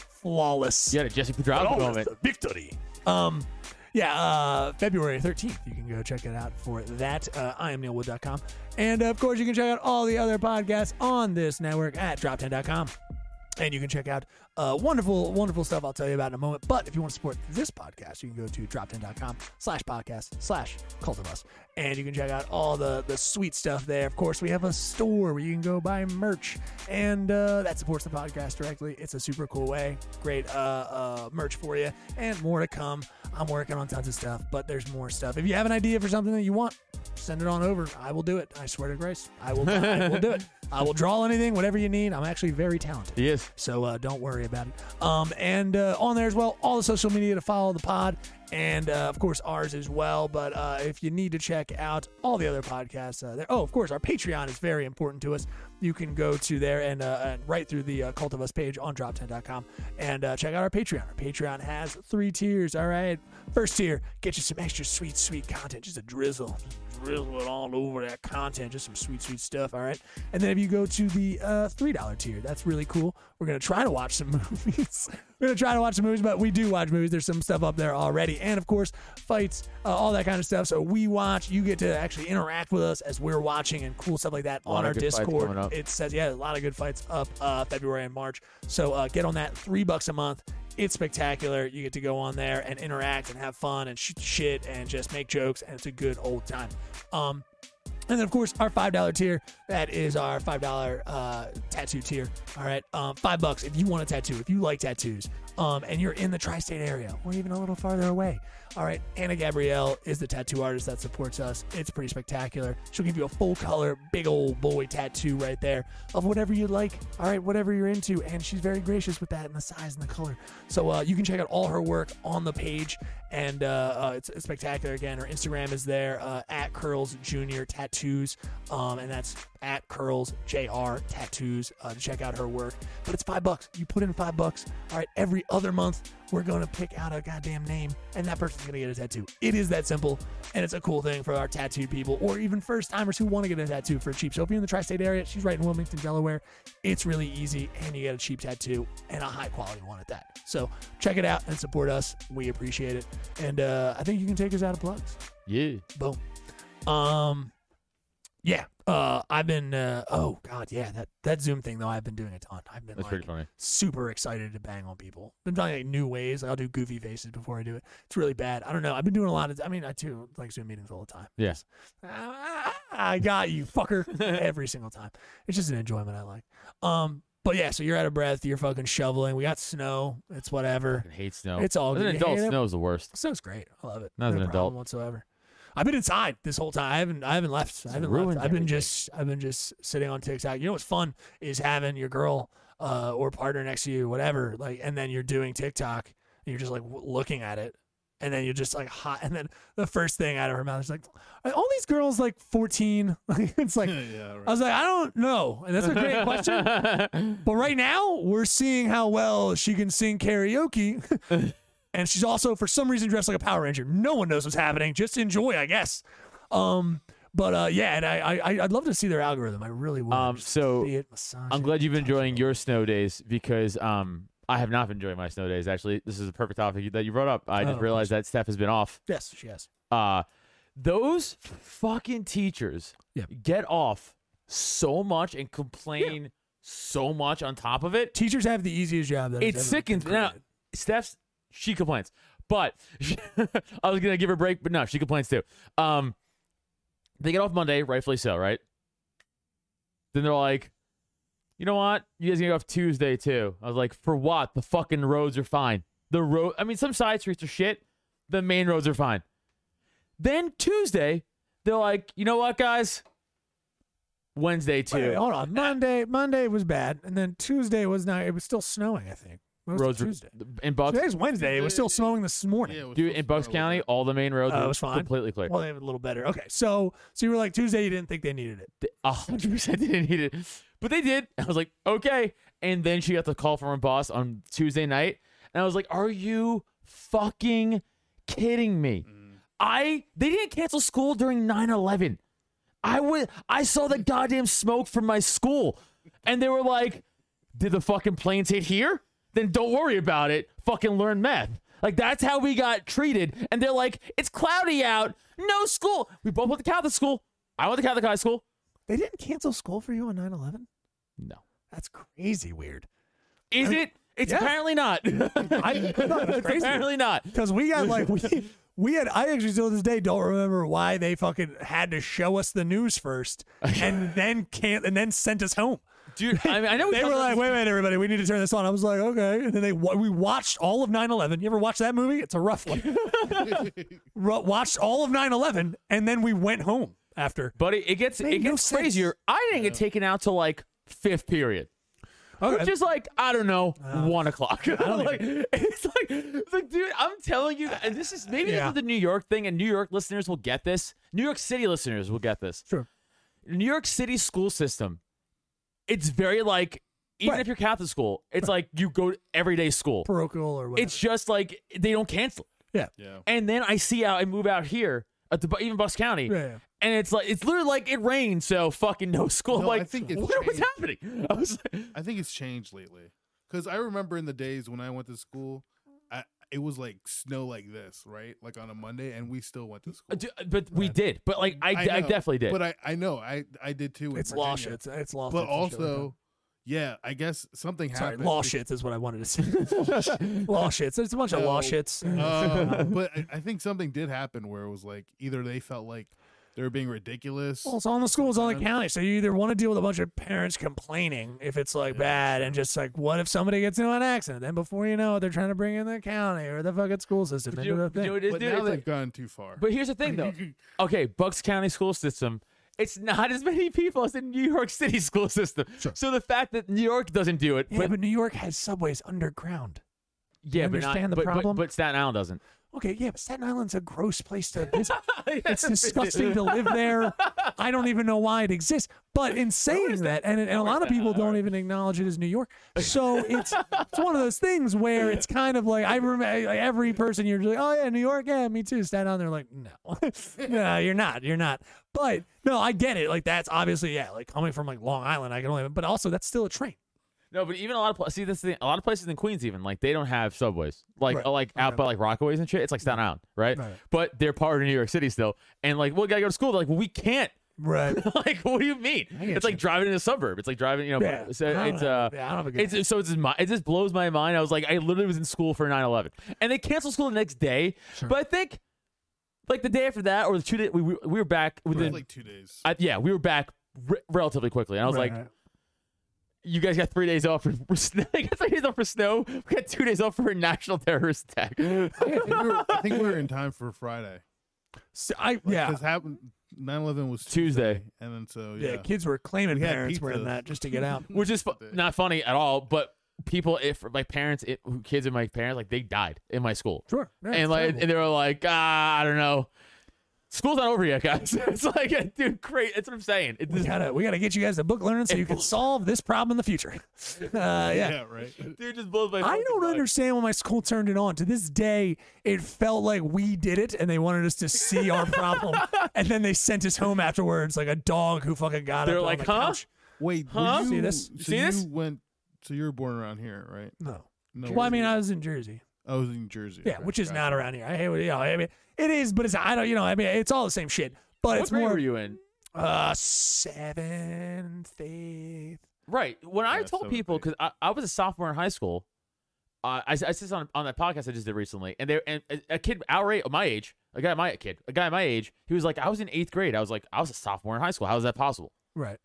Flawless. You had a Jesse Oh, Pedraza moment. victory. Um, yeah, uh, February 13th. You can go check it out for that. Uh, I am neilwood.com. And of course, you can check out all the other podcasts on this network at drop10.com. And you can check out uh, wonderful, wonderful stuff I'll tell you about in a moment. But if you want to support this podcast, you can go to drop10.com slash podcast slash cult of us. And you can check out all the, the sweet stuff there. Of course, we have a store where you can go buy merch. And uh, that supports the podcast directly. It's a super cool way. Great uh, uh, merch for you. And more to come. I'm working on tons of stuff, but there's more stuff. If you have an idea for something that you want, send it on over. I will do it. I swear to Christ. I will, I will do it. I will draw anything, whatever you need. I'm actually very talented. He is. So uh, don't worry about it. Um, and uh, on there as well, all the social media to follow the pod, and uh, of course ours as well. But uh, if you need to check out all the other podcasts, uh, there. Oh, of course, our Patreon is very important to us. You can go to there and, uh, and right through the uh, Cult of Us page on drop10.com and uh, check out our Patreon. Our Patreon has three tiers. All right, first tier get you some extra sweet, sweet content, just a drizzle drizzle it all over that content. Just some sweet, sweet stuff. All right. And then if you go to the uh, three dollar tier, that's really cool. We're gonna try to watch some movies. We're gonna try to watch some movies, but we do watch movies. There's some stuff up there already, and of course fights, uh, all that kind of stuff. So we watch. You get to actually interact with us as we're watching and cool stuff like that lot on of our good fights Discord. coming up. It says yeah, a lot of good fights up uh, February and March. So uh, get on that. Three bucks a month. It's spectacular. You get to go on there and interact and have fun and shoot shit and just make jokes, and it's a good old time. Um, and then, of course, our five dollar tier. That is our five dollar uh, tattoo tier. All right, um, five bucks if you want a tattoo. If you like tattoos, um, and you're in the tri-state area or even a little farther away. All right, Anna Gabrielle is the tattoo artist that supports us. It's pretty spectacular. She'll give you a full color, big old boy tattoo right there of whatever you like. All right, whatever you're into, and she's very gracious with that and the size and the color. So uh, you can check out all her work on the page, and uh, uh, it's, it's spectacular. Again, her Instagram is there uh, at Curls Junior Tattoos, um, and that's at Curls Jr Tattoos uh, to check out her work. But it's five bucks. You put in five bucks. All right, every other month we're gonna pick out a goddamn name, and that person's gonna get a tattoo. It is that simple, and it's a cool thing for our tattooed people or even first timers who want to get a tattoo for cheap. So if you're in the tri-state area, she's right in Wilmington, Delaware. It's really easy, and you get a cheap tattoo and a high quality one at that. So check it out and support us. We appreciate it, and uh, I think you can take us out of plugs. Yeah. Boom. Um, yeah. Uh, I've been. Uh, oh God, yeah. That that Zoom thing though, I've been doing a ton. I've been That's like, pretty funny. super excited to bang on people. Been trying like new ways. Like, I'll do goofy faces before I do it. It's really bad. I don't know. I've been doing a lot of. I mean, I do like Zoom meetings all the time. Yeah. Just, "Ah, I got you, fucker. Every single time. It's just an enjoyment I like. Um, but yeah. So you're out of breath. You're fucking shoveling. We got snow. It's whatever. I hate snow. It's all As an good. You adult, hate it? snow is the worst. Snow's great. I love it. Not as no an problem adult. whatsoever. I've been inside this whole time. I haven't. I haven't left. I haven't left. ruined I've been everything. just. I've been just sitting on TikTok. You know what's fun is having your girl uh, or partner next to you, whatever. Like, and then you're doing TikTok. And you're just like w- looking at it, and then you're just like hot. And then the first thing out of her mouth is like, "Are all these girls like 14?" it's like. yeah, I right. was like, I don't know, and that's a great question. But right now, we're seeing how well she can sing karaoke. and she's also, for some reason, dressed like a Power Ranger. No one knows what's happening. Just enjoy, I guess. Um, but uh, yeah, and I, I, I- I'd love to see their algorithm. I really would. Um, Just so see it, massage I'm it. glad you've been enjoying your snow days because um I have not been enjoying my snow days actually. This is a perfect topic that you brought up. I Oh, just realized that Steph has been off. Yes, she has. Uh those fucking teachers Yeah. get off so much and complain so much on top of it. Teachers have the easiest job. That has It ever sickens. been Now, created. Steph's she complains, but I was gonna give her a break, but no, she complains too. Um, they get off Monday, rightfully so, right? Then they're like, you know what? You guys get off Tuesday too. I was like, for what? The fucking roads are fine. The road. I mean, some side streets are shit. The main roads are fine. Then Tuesday, they're like, you know what, guys? Wednesday too. Wait, wait, hold on. Monday, Monday was bad, and then Tuesday was not. It was still snowing. I think. When was roads are, Tuesday. in Bucks. Today's Wednesday. It was still snowing this morning. Yeah, it was Dude, supposed in to Bucks snow a little County, bit. all the main roads Oh, it are was fine. completely clear. Well, they have a little better. Okay, so so you were like Tuesday. You didn't think they needed it. They- A hundred percent they didn't need it, but they did. I was like, okay. And then she got the call from her boss on Tuesday night, and I was like, are you fucking kidding me? I they didn't cancel school during 9-11. I would I saw the goddamn smoke from my school, and they were like, did the fucking planes hit here? Then don't worry about it. Fucking learn math. Like that's how we got treated. And they're like, it's cloudy out, no school. We both went to Catholic school. I went to Catholic high school. They didn't cancel school for you on 9-11? No. That's crazy weird. Is it? It's yeah. apparently not. I thought it was it's crazy. apparently not. Because we got like we we had I actually still to this day don't remember why they fucking had to show us the news first and then can't and then sent us home. Dude, I, mean, I know we They talked were about like, this- wait, wait, everybody, we need to turn this on. I was like, okay. And then they wa- we watched all of 9-11. You ever watch that movie? It's a rough one. Ru- watched all of 9-11 and then we went home after. but it, it gets it Made no gets sense. crazier. I didn't get taken out till like fifth period. Okay. Which is like I don't know, one o'clock. don't like, it's like, it's like, dude, I'm telling you, and this is maybe Yeah. this is the New York thing, and New York listeners will get this. New York City listeners will get this. Sure. New York City school system, it's very like, even Right. if you're Catholic school, it's like you go to everyday school. parochial or whatever. It's just like they don't cancel. yeah. Yeah. And then I see out I move out here at the even Bucks County, Yeah, yeah. and it's like it's literally like it rained, so fucking no school. No, I like, think it's what was changed. happening? I was like, I think it's changed lately. Cause I remember in the days when I went to school, I, it was like snow like this, right? Like on a Monday, and we still went to school. D- but we did. But like I, I, know, definitely did. But I, I know I, I did too. in It's Virginia. law shits. It's law shits and But shit like that. also, yeah, I guess something Sorry, happened. law be- shits is what I wanted to say. law shits. There's a bunch of law No. shits. Uh, but I, I think something did happen where it was like either they felt like they were being ridiculous. Well, it's on the school, it's uh, on the county. So you either want to deal with a bunch of parents complaining if it's like bad, and just like, what if somebody gets into an accident? Then before you know it, they're trying to bring in the county or the fucking school system You into know- the you know thing. what it is, but dude? now It's they've like- gone too far. But here's the thing, though. okay, Bucks County school system. It's not as many people as the New York City school system. So the fact that New York doesn't do it, Yeah, but but New York has subways underground. yeah, but not- understand the but- but- problem? but Staten Island doesn't. Okay, yeah, but Staten Island's a gross place to visit. it's disgusting to live there. I don't even know why it exists. But in saying that, and, and a lot of people don't even acknowledge it as New York. So it's it's one of those things where it's kind of like I remember like, every person you're just like, oh yeah, New York, yeah, me too. Staten Island, they're like, no, no, you're not, you're not. But no, I get it. Like that's obviously yeah, like coming from like Long Island, I can only, but also that's still a train. No, but even a lot of pla- see this thing. A lot of places in Queens, even like they don't have subways, like Right. uh, like out by like Rockaways and shit. It's like Staten Island, right? Right. But they're part of New York City still, and like we gotta go to school. They're like, well, we can't. Right. like, what do you mean? get It's like you. driving in a suburb. It's like driving, you know. Yeah. So I don't it's know. uh, Yeah, I don't have a good it's so it's just my, it just blows my mind. I was like, I literally was in school for 9/11, and they canceled school the next day. But I think, like the day after that, or the two day, we we, we were back it was within. like two days. I, yeah, we were back re- relatively quickly, and I was like, you guys got three days off for, for snow. I got three days off for snow. We got two days off for a national terrorist attack. I, think we were, I think we were in time for Friday. So I Like, yeah. 'cause happened. 9/11 was Tuesday. Tuesday, and then so yeah. Yeah, kids were claiming We had parents were in pizza. that just to get out. Which is fu- not funny at all, but people, if like parents, it, who- kids and my parents, like they died in my school. Sure. Yeah, it's and like, terrible. and they were like, ah, I don't know. School's not over yet, guys. it's like, dude, great. That's what I'm saying. It we just, gotta we gotta get you guys the book learning so you can solve this problem in the future. Uh, yeah. yeah, right. dude just blows my. I fucking don't mind. understand when my school turned it on. To this day, it felt like we did it and they wanted us to see our problem. and then they sent us home afterwards like a dog who fucking got They're up like, on the huh? couch. Wait, were Huh? You, See this? So You see this? You went. So you were born around here, right? No. No. Well, I mean, I, I was in Jersey. was in Jersey. Yeah, Okay, which is gotcha. not around here. I hate what you know, I mean it is, but it's I don't you know, I mean it's all the same shit. But What it's grade more were you in? uh seventh, eighth. Right. When I Yeah, told so people, like- because I, I was a sophomore in high school, uh, I, I said this on, on that podcast I just did recently, and they and a- a kid our age, my age, a guy my kid, a guy my age, he was like, I was in eighth grade. I was like, I was a sophomore in high school. How is that possible? Right.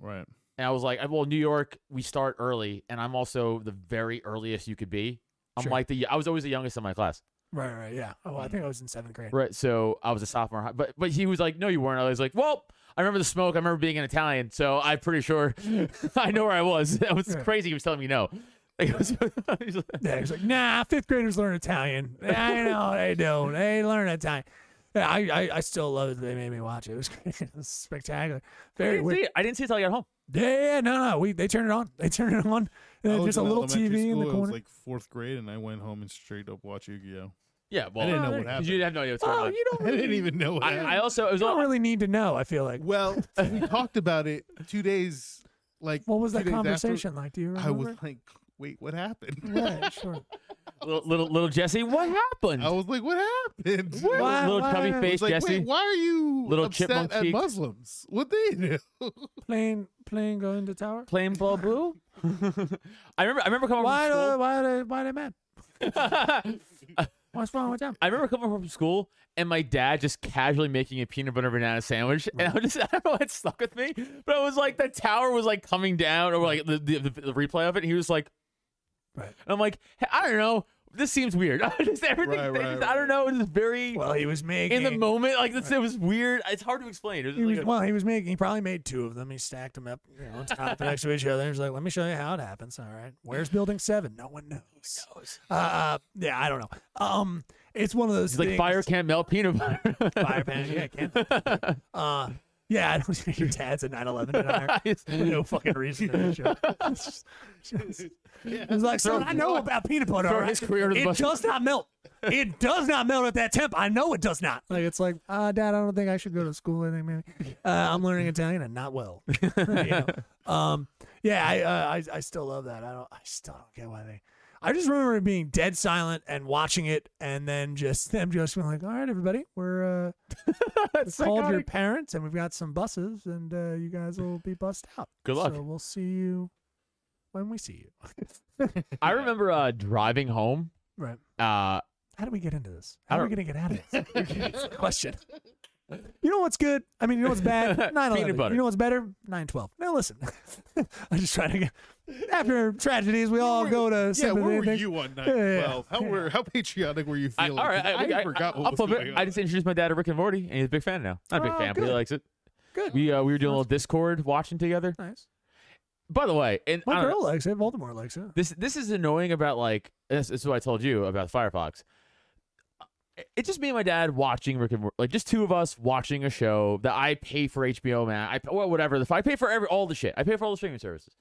Right. And I was like, well, New York, we start early, and I'm also the very earliest you could be. I'm Sure. like the I was always the youngest in my class. Right. Right. Yeah. Oh, Mm. I think I was in seventh grade. Right. So I was a sophomore, in high- but but he was like, no, you weren't. I was like, well, I remember the smoke. I remember being an Italian, so I'm pretty sure I know where I was. That was Yeah. crazy. He was telling me no. Like, it was- he's like- Yeah, he's like, nah, fifth graders learn Italian. I know they don't. They learn Italian. Yeah, I, I, I still love that they made me watch it. It was, great. it was spectacular. I Very didn't, weird. see it. I didn't see it till I got home. Yeah, yeah, no, no. We they turned it on. They turned it on. I And was just a in little elementary TV in the school, I was corner. like fourth grade, and I went home and straight up watched Yu Gi Oh. Yeah, well, didn't know what 'cause happened. You didn't have no idea what's going oh, on. you don't I really, didn't even know what I, I happened. also it was you don't on, really need to know. I feel like. Well, we talked about it two days. Like What was two that days after- conversation like? Do you remember? I was like, wait, what happened? Yeah, sure. little, little little Jesse. What happened? I was like, what Oh, happened? What? I little why- chubby I was face like, Jesse. wait, why are you Little upset chipmunk at cheeks. Muslims? What they do? Plane, plane going to tower. Plain blah blue. I remember. I remember coming Why, do, from why, do, why they mad? school. What's wrong with them? I remember coming home from school and my dad just casually making a peanut butter banana sandwich, and I was just I don't know what stuck with me, but I was like the tower was like coming down or like the the, the, the replay of it. And he was like, Right. and I'm like "Hey, I don't know. This seems weird. just everything. Right, they right, just- I don't right. know. It was very Well, he was making in the moment. Like this, it was weird. It's hard to explain. It was He like was, a- well, he was making. He probably made two of them. He stacked them up you know, on top next to each other. He was like, "Let me show you how it happens." All right, where's Building Seven? No one knows. Uh, uh, yeah, I don't know. Um, it's one of those. it's like things- fire can't melt peanut butter. fire pan. Yeah, I can't. Uh, yeah, I don't, your dad's a 9/11 denier. For no fucking reason. to show. It's just- It's like, son, I know about peanut butter. throw all right? his career under the it bus." does not melt. It does not melt at that temp. I know it does not. Like it's like, uh, Dad, I don't think I should go to school. I think maybe uh, I'm learning Italian and not well. You know? Um, yeah, I, uh, I I still love that. I don't. I still don't get why they. I just remember it being dead silent and watching it, and then just them just being like, "All right, everybody, we're uh, we've called your psychotic. parents, and we've got some buses, and uh, you guys will be bussed out. Good luck. So we'll see you when we see you. I remember uh, driving home. Right? Uh, How do we get into this? I How are we don't- gonna get out of this? It's a question. You know what's good? I mean, you know what's bad? Nine Peanut eleven. butter. You know what's better? Nine twelve. Now listen, I'm just trying to get. After tragedies, we all were- go to Yeah, sympathy where and were things. you on night Yeah, yeah, twelve? How yeah. were how patriotic were you I, feeling? all right, I, I, I, forgot I, what I'll was flip going it. on. I just introduced my dad to Rick and Morty, and he's a big fan now. Not a big Oh, fan, but good. he likes it. Good. We uh, we were doing a little Discord watching together. Nice. By the way, and I My don't know, girl likes it. Voldemort likes it. this this is annoying about like this, this is what I told you about Firefox. It- It's just me and my dad watching Rick and Morty, like just two of us watching a show that I pay for HBO man, I well whatever the f- I pay for every all the shit. I pay for all the streaming services.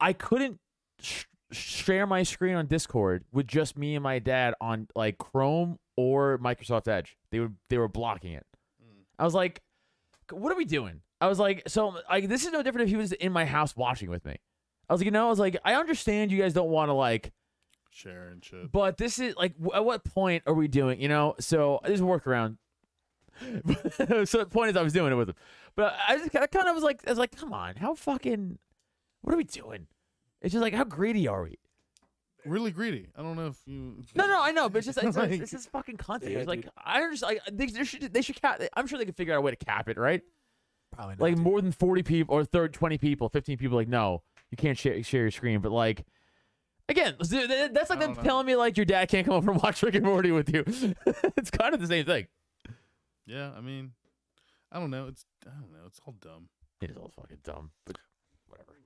I couldn't sh- share my screen on Discord with just me and my dad on like Chrome or Microsoft Edge. They would they were blocking it. I was like, what are we doing? I was like, so like this is no different if he was in my house watching with me. I was like, you know, I was like, I understand you guys don't want to like, Sharon shit. but this is like, w- at what point are we doing? You know, so there's a workaround. so the point is, I was doing it with him, but I just I kind of was like, I was like, come on, how fucking, what are we doing? It's just like, how greedy are we? Really greedy. I don't know if you. No, no, I know, but it's just it's, Like- it's just fucking content. Yeah, It's like I understand. Like, they, they should they should cap. I'm sure they could figure out a way to cap it, right? Probably not. like more than 40 people or third 20 people 15 people like no you can't share, share your screen but like again th- th- that's like I them don't know. telling me like your dad can't come over and watch rick and morty with you it's kind of the same thing Yeah, I mean, I don't know. It's I don't know. It's all dumb. it is all fucking dumb but whatever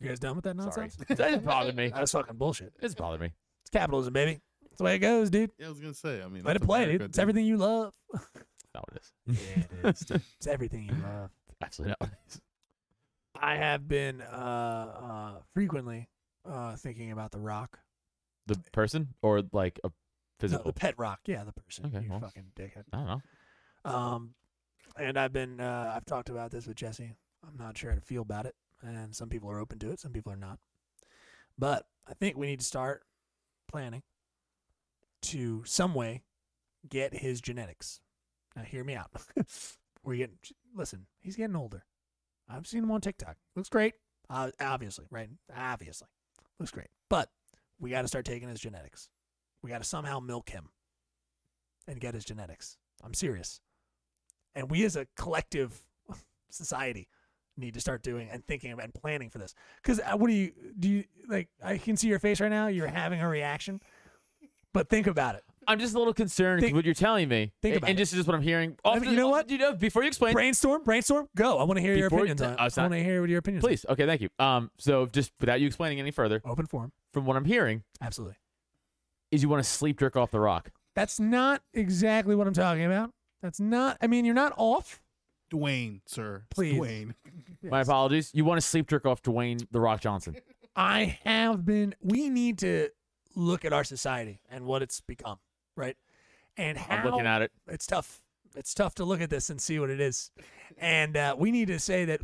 you guys done with that sorry nonsense? that just bothered me That's fucking bullshit. it's bothered me It's capitalism, baby. That's the way it goes, dude. Yeah, I was gonna say. I mean, Let it that's play, dude. America, It's everything you love. that's not what it is Yeah, it is. it's everything you love. actually no I have been uh, uh, frequently uh, thinking about the Rock. the person or like a No, physical the pet Rock. Yeah, the person. Okay, you well. fucking dickhead. i don't know Um, and I've been uh, I've talked about this with Jesse. I'm not sure how to feel about it, and some people are open to it, some people are not. But I think we need to start planning to some way get his genetics. Now, hear me out. We're getting listen. He's getting older. I've seen him on TikTok. Looks great. Uh, obviously, right? Obviously. Looks great. But we got to start taking his genetics. We got to somehow milk him and get his genetics. I'm serious. And we as a collective society need to start doing and thinking about and planning for this. Because what do you do? You like? I can see your face right now. You're having a reaction, but think about it. I'm just a little concerned with Think- what you're telling me, think a- about it. and this is just what I'm hearing. I mean, you know what? You know, before you explain, Brainstorm, brainstorm. Go. I want to hear your Before- opinions on it. uh, it's I not- want to hear what your opinions. are. please. Okay, thank you. Um, so just without you explaining any further, Open forum. from what I'm hearing, Absolutely. is you want to sleep jerk off the rock. That's not exactly what I'm talking about. That's not. I mean, you're not off. Dwayne, sir. It's Please. Dwayne. My Yes. apologies. You want to sleep jerk off Dwayne the Rock Johnson. I have been. We need to look at our society and what it's become, right? And how I'm looking at it. it's tough. It's tough to look at this and see what it is. And uh, we need to say that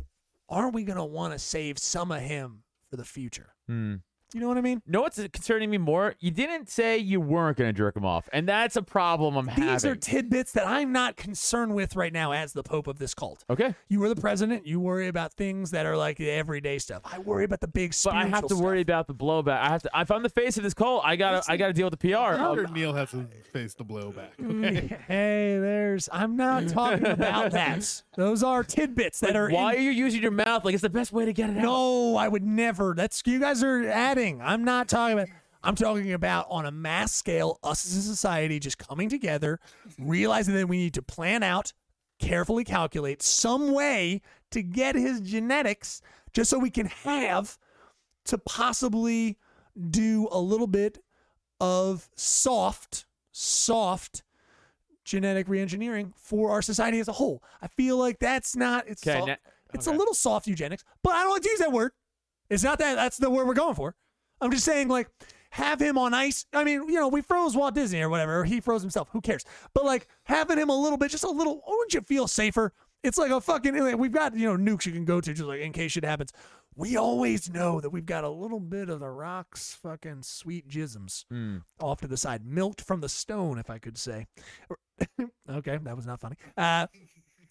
aren't we going to want to save some of him for the future? Hmm. You know what I mean? No, what's concerning me more? You didn't say you weren't going to jerk him off, and that's a problem I'm These having. are tidbits that I'm not concerned with right now as the Pope of this cult. okay, You were the president. You worry about things that are like the everyday stuff. I worry about the big but spiritual I have to stuff. worry about the blowback. I have to. If I'm the face of this cult, I gotta. I gotta deal with the PR. Oh, I'm sure Um, Neil has to face the blowback. Mm, hey, there's. I'm not talking about that. Those are tidbits that are. why in- are you using your mouth? Like it's the best way to get it out. No, I would never. That's you guys are adding. I'm not talking about. I'm talking about on a mass scale, us as a society just coming together, realizing that we need to plan out, carefully calculate some way to get his genetics, just so we can have to possibly do a little bit of soft, soft genetic reengineering for our society as a whole. I feel like that's not it's Okay, soft- na- it's okay. a little soft eugenics, but I don't like to use that word. It's not that that's the word we're going for. I'm just saying like have him on ice. I mean, you know, we froze Walt Disney or whatever, or he froze himself. Who cares? But like having him a little bit, just a little, oh, wouldn't you feel safer? It's like a fucking. like, we've got you know nukes you can go to just like in case shit happens. We always know that we've got a little bit of the rocks, fucking sweet jisms Hmm. off to the side, milked from the stone, if I could say. okay, that was not funny. Uh,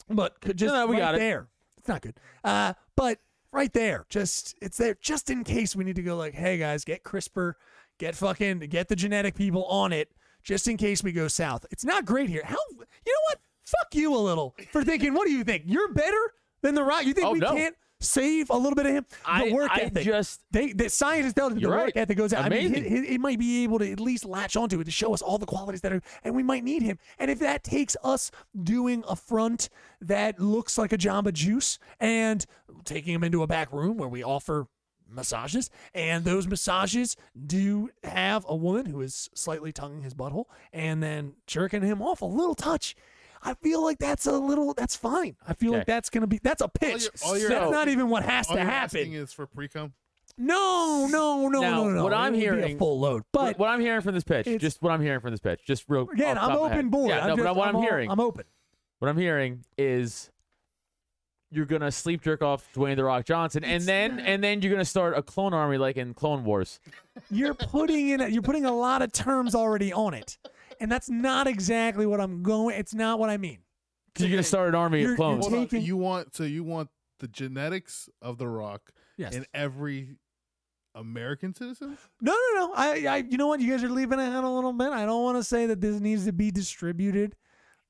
but could just no, we right got it. there. It's not good. Uh, but right there, just it's there, just in case we need to go. Like, hey guys, get CRISPR, get fucking, get the genetic people on it, just in case we go south. It's not great here. How you know what? Fuck you a little for thinking. What do you think? You're better than the rock. You think Oh, we no. can't save a little bit of him? The I, work I ethic. just They the scientists tell us the You're work right. ethic goes out. I Amazing. mean, he- he- it might be able to at least latch onto it to show us all the qualities that are, and we might need him. And if that takes us doing a front that looks like a Jamba Juice and taking him into a back room where we offer massages, and those massages do have a woman who is slightly tonguing his butthole and then jerking him off a little touch. I feel like that's a little. That's fine. I feel like Okay. that's gonna be. That's a pitch. you're- all you're- that's not even what has All to you're happen. asking is for pre cum. No, no, no, Now, no, no. what It I'm would be a hearing- full load, but What- what I'm hearing from this pitch, It's- just what I'm hearing from this pitch, just real again, I'm off the top of my open head. board. Yeah, I'm no, just, but what I'm, all- hearing, I'm open. what I'm hearing is you're gonna sleep jerk off Dwayne the Rock Johnson, and then and then you're gonna start a clone army like in Clone Wars. You're putting in, a, you're putting a lot of terms already on it, and that's not exactly what I'm going. It's not what I mean. 'Cause you're gonna start an army You're- of clones. you're- Hold on. taking- You want so you want the genetics of the rock Yes. in every American citizen? No, no, no. I, I, you know what? You guys are leaving it out a little bit. I don't want to say that this needs to be distributed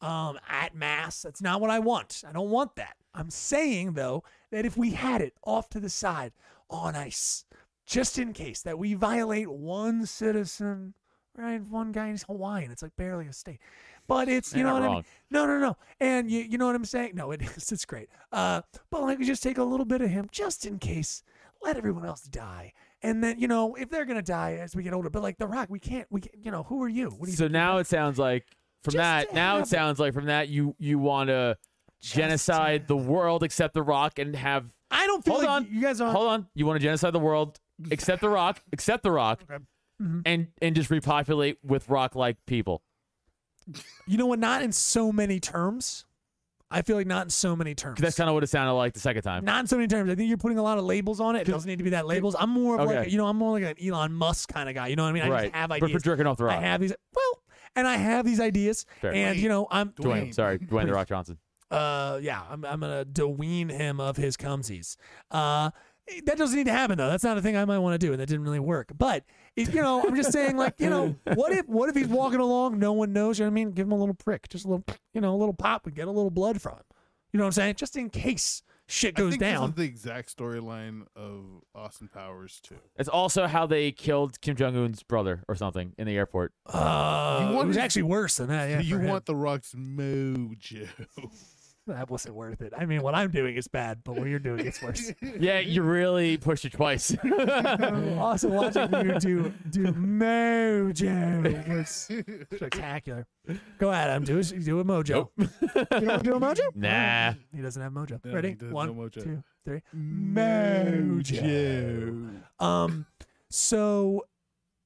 um, at mass. That's not what I want. I don't want that. I'm saying though that if we had it off to the side on ice, just in case that we violate one citizen, right? One guy in Hawaiian. It's like barely a state, but it's you You're know not what I mean. wrong. No, no, no. And you, you know what I'm saying? No, it is. It's great. Uh, but like, we just take a little bit of him just in case. Let everyone else die. And then, you know, if they're going to die as we get older, but like The Rock, we can't, we can't, you know, who are you? What do you So now it sounds like from Just that to now have it. it sounds like from that you you want to Just genocide the world except the Rock and have I don't feel Hold like on. you guys are. hold on you want to genocide the world except the Rock except the Rock Okay. Mhm. and and just repopulate with Rock like people. You know what? Not in so many terms. I feel like not in so many terms. 'Cause that's kind of what it sounded like the second time. not in so many terms. I think you're putting a lot of labels on it. It doesn't need to be that labels. I'm more of like, Okay. a, you know, I'm more like an Elon Musk kind of guy. You know what I mean? I right. just have But for ideas. jerking off the Rock. I have these. Well, and I have these ideas, Fair. and you know, I'm Dwayne, sorry, Dwayne the Rock Johnson. uh yeah i'm, I'm gonna dewean him of his cumsies uh that doesn't need to happen though. That's not a thing I might want to do, and that didn't really work. But if, you know, I'm just saying, like, you know, what if what if he's walking along, no one knows, you know what I mean? Give him a little prick, just a little, you know, a little pop, and get a little blood from him. You know what I'm saying? Just in case shit I goes think this is down. the exact storyline of Austin Powers too. It's also how they killed Kim Jong Un's brother or something in the airport. Uh, You want it was his- actually worse than that. Yeah, you for him. want the Rock's mojo? that wasn't worth it. I mean, what I'm doing is bad, but what you're doing is worse. Yeah, you really pushed it twice. also watching you do do mojo was spectacular. Go at him. Do a, do a mojo. Nope. you don't want to do a mojo? nah. He doesn't have mojo. No, Ready? he does One, no mojo. two, three. Um, so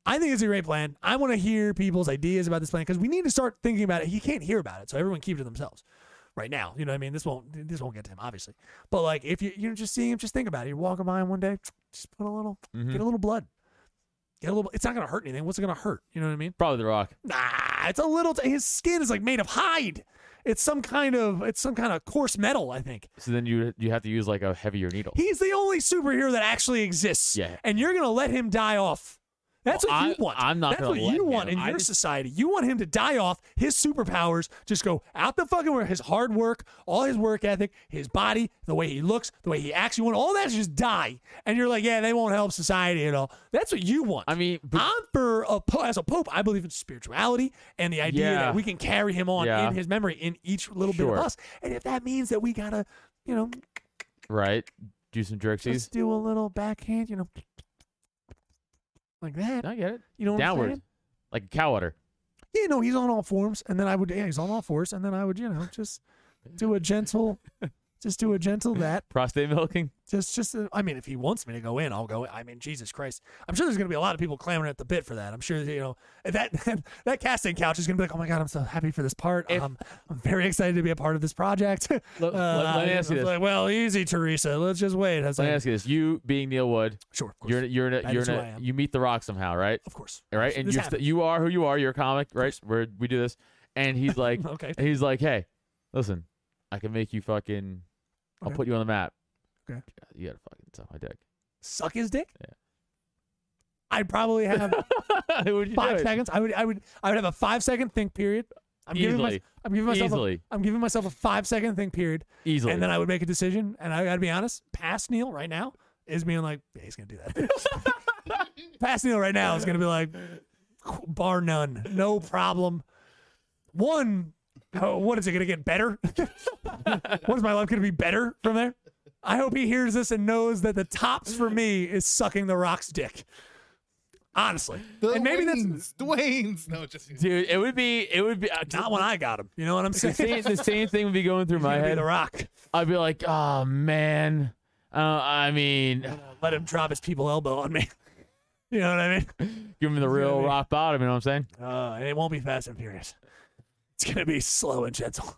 I think it's a great plan. I want to hear people's ideas about this plan because we need to start thinking about it. He can't hear about it, so everyone keep it to themselves right now. You know what I mean? This won't this won't get to him, obviously. But like if you you're just seeing him, just think about it. You're walking by him one day, just put a little Mhm. get a little blood. Get a little it's not gonna hurt anything. What's it gonna hurt? You know what I mean? Probably The Rock. Nah, it's a little. T- his skin is like made of hide. It's some kind of it's some kind of coarse metal. I think So then you you have to use like a heavier needle. he's the only superhero that actually exists. Yeah. and you're gonna let him die off. That's Well, what I- you want. I'm not That's what gonna let you want him. in I your just- society. You want him to die off. His superpowers just go out the fucking way. His hard work, all his work ethic, his body, the way he looks, the way he acts. You want all that to just die. And you're like, yeah, they won't help society at all. That's what you want. I mean, but I'm for a po- as a pope, I believe in spirituality and the idea Yeah. that we can carry him on Yeah. in his memory in each little bit Sure. of us. And if that means that we gotta, you know, right, do some let's jerksies. do a little backhand, you know, like that. I get it. You know what I'm Downward, saying? like a cow udder. Yeah, no, he's on all forms, and then I would, yeah, he's on all fours, and then I would, you know, just do a gentle, just do a gentle that. Prostate milking. Just, just, uh, I mean, if he wants me to go in, I'll go. In. I mean, Jesus Christ, I'm sure there's gonna be a lot of people clamoring at the bit for that. I'm sure that, you know that that casting couch is gonna be like, oh my god, I'm so happy for this part. If- um, I'm very excited to be a part of this project. Uh, let- let me ask you it's this. like, well, easy, Teresa. Let's just wait. I was Let me like, ask you this: You being Neil Wood, sure, of course, you're in a- you're in a, That you're is in who I a, am. you meet The Rock somehow, right? of course, All right, and This you're st- happened. you are who you are. You're a comic, right? We're, we do this, and he's like, okay, And he's like, "Hey, listen, I can make you fucking. I'll Okay. put you on the map. Okay. You gotta fucking suck my dick. suck his dick. Yeah. I'd probably have How would you five do it? seconds. I would, I would, I would have a five second think period. I'm giving, my, Easily. I'm giving myself, a, Easily, I'm giving myself a five second think period. easily. And then I would make a decision. And I got to be honest, past Neil right now is being like, yeah, he's going to do that. past Neil right now is going to be like, bar none, no problem. One, oh, what is it going to get better? what is my life going to be better from there? I hope he hears this and knows that the tops for me is sucking the rock's dick. Honestly. and maybe that's Dwayne's. No, just Dude, it would be. It would be. Uh, not when I got him. You know what I'm the saying? same, the same thing would be going through my Gonna be head. the rock. I'd be like, "Oh man, uh, I mean, Let him drop his people elbow on me. You know what I mean? give him the real be- rock bottom." You know what I'm saying? Uh, and it won't be fast and furious. It's gonna be slow and gentle.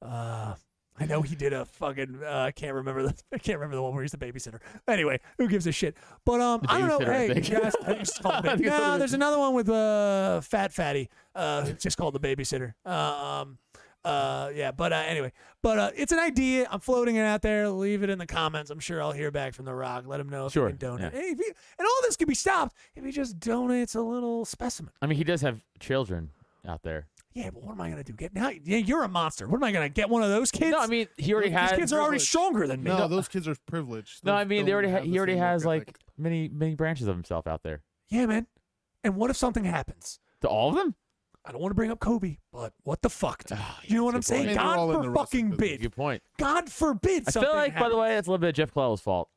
Uh, I know he did a fucking. Uh, I can't remember the. I can't remember the one where he's the babysitter. Anyway, who gives a shit? But um, I don't know. babysitter, I Hey, think. guys, I think it's called the I baby- think it's no, the there's babysitter. another one with uh, fat fatty. Uh, who's just called the babysitter. Um. Uh yeah, but uh, anyway, but uh, it's an idea. I'm floating it out there. Leave it in the comments. I'm sure I'll hear back from The Rock. Let him know if Sure, he can donate. yeah. Hey, if he- and all this could be stopped if he just donates a little specimen. I mean, he does have children out there. Yeah, but what am I gonna do? Get now? Yeah, you're a monster. What am I gonna get? One of those kids? No, I mean, he already These these had. kids are already Oh, privilege. stronger than me. no, those kids are privileged. no, Those I mean, they don't already. Ha- have he the already same has work like ethic. many, many branches of himself out there. Yeah, man. And what if something happens? To all of them. I don't want to bring up Kobe, but what the fuck? dude? Ah, yeah, you know what I'm that's a good saying? point. I mean, they're all God in the for wrestling fucking business. bid. Good point. God forbid I something. feel like, by the way, it's a little bit of Jeff Clown's fault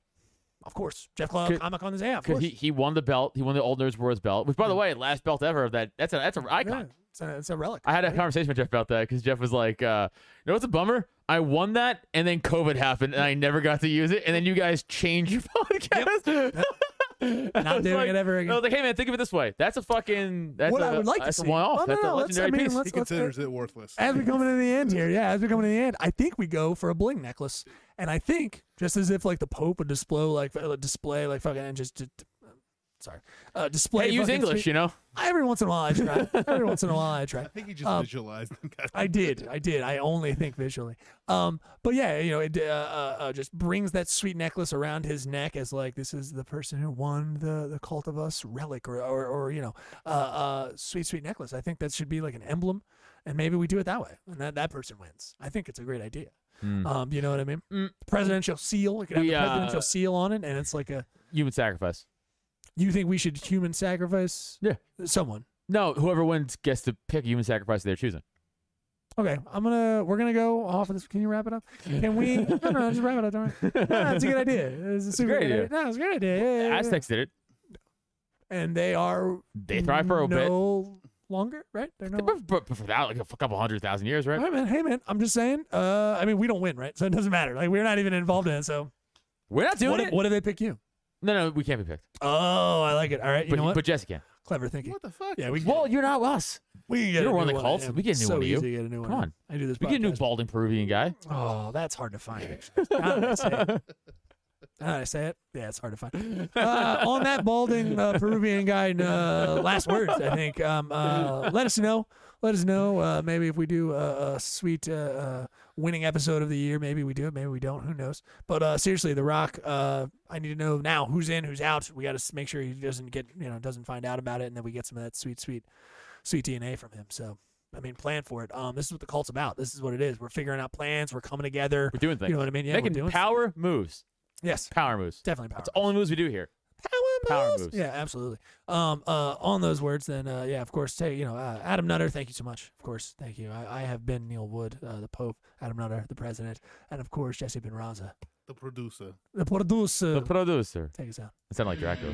of course, Jeff Cloud Could- comic on his ass. Of because course, he, he won the belt. He won the Old Nerds Wars belt, which, by the way, last belt ever of that. That's a that's an yeah, icon. it's, a, it's a relic. I had a conversation with Jeff about that because Jeff was like, uh, "You know what's a bummer? I won that, and then COVID happened, and I never got to use it, and then you guys changed your podcast." I Not was doing like- it ever again. I was like, "Hey man, think of it this way. That's a fucking that's what a, I would like that's to a see. one-off. Well, no, that's no, a let's- I legendary mean, piece." let's- He let's- considers it worthless. as we're coming to the end here, yeah, as we're coming to the end, I think we go for a bling necklace, and I think just as if like the Pope would display like uh, display like fucking and just, just sorry, uh, display. Hey, use buckets. English, you know? Every once in a while, I try. Every once in a while, I try. I think he just Um, visualized them. Guys. I did. I did. I only think visually. Um, but yeah, you know, it uh, uh, uh, just brings that sweet necklace around his neck as like this is the person who won the the cult of us relic or or, or you know, uh, uh, sweet sweet necklace. I think that should be like an emblem, and maybe we do it that way, and that that person wins. I think it's a great idea. Um, you know what I mean? Mm. Presidential seal. It could have We, the uh, presidential seal on it, and it's like a. Human sacrifice. You think we should human sacrifice? Yeah. Someone. No, whoever wins gets to pick a human sacrifice of their choosing. Okay, I'm gonna we're gonna go off of this. Can you wrap it up? Can we? no, no, just wrap it up. Don't worry. No, that's a good idea. It's a super great good idea. No, it's a great idea. Yeah, yeah, yeah. Aztecs did it. and they are They thrived for a bit. no longer, right? They're no. But, but, but for that, like a f- couple hundred thousand years, right? Hey man, hey man. I'm just saying. Uh, I mean, we don't win, right? So it doesn't matter. Like we're not even involved in it. So We're not doing what, it. If, what if they pick you? No, no, we can't be picked. Oh, I like it. All right, you but, know what? but Jesse can. Clever thinking. What the fuck? Yeah, we can Well, you're not us. we can get you're a one new of the I cults. am We get a new so one of you. Easy to get a new Come one. on. I do this. We get a new podcast. balding Peruvian guy. Oh, that's hard to find. Actually. Now that I say it, now that I say it, yeah, it's hard to find. Uh, on that balding uh, Peruvian guy, uh, last words, I think. Um, uh, let us know. Let us know. Uh, maybe if we do a, a sweet uh, uh, winning episode of the year, maybe we do it. Maybe we don't. Who knows? But uh, seriously, The Rock. Uh, I need to know now who's in, who's out. We got to make sure he doesn't get, you know, doesn't find out about it, and then we get some of that sweet, sweet, sweet DNA from him. So. I mean, plan for it. Um, this is what the cult's about. This is what it is. We're figuring out plans. We're coming together. We're doing things. You know what I mean? Yeah, we're Making doing power moves. Yes, Power moves. definitely power. That's the only moves we do here. power power moves. moves. Yeah, absolutely. Um, uh, on those words, then, uh, yeah, of course. Hey, you know, uh, Adam Nutter, thank you so much. Of course, thank you. I, I have been Neil Wood, uh, the Pope, Adam Nutter, the President, and of course Jesse Benraza, The producer. the producer. The producer. Take us out. It sounded like Draco.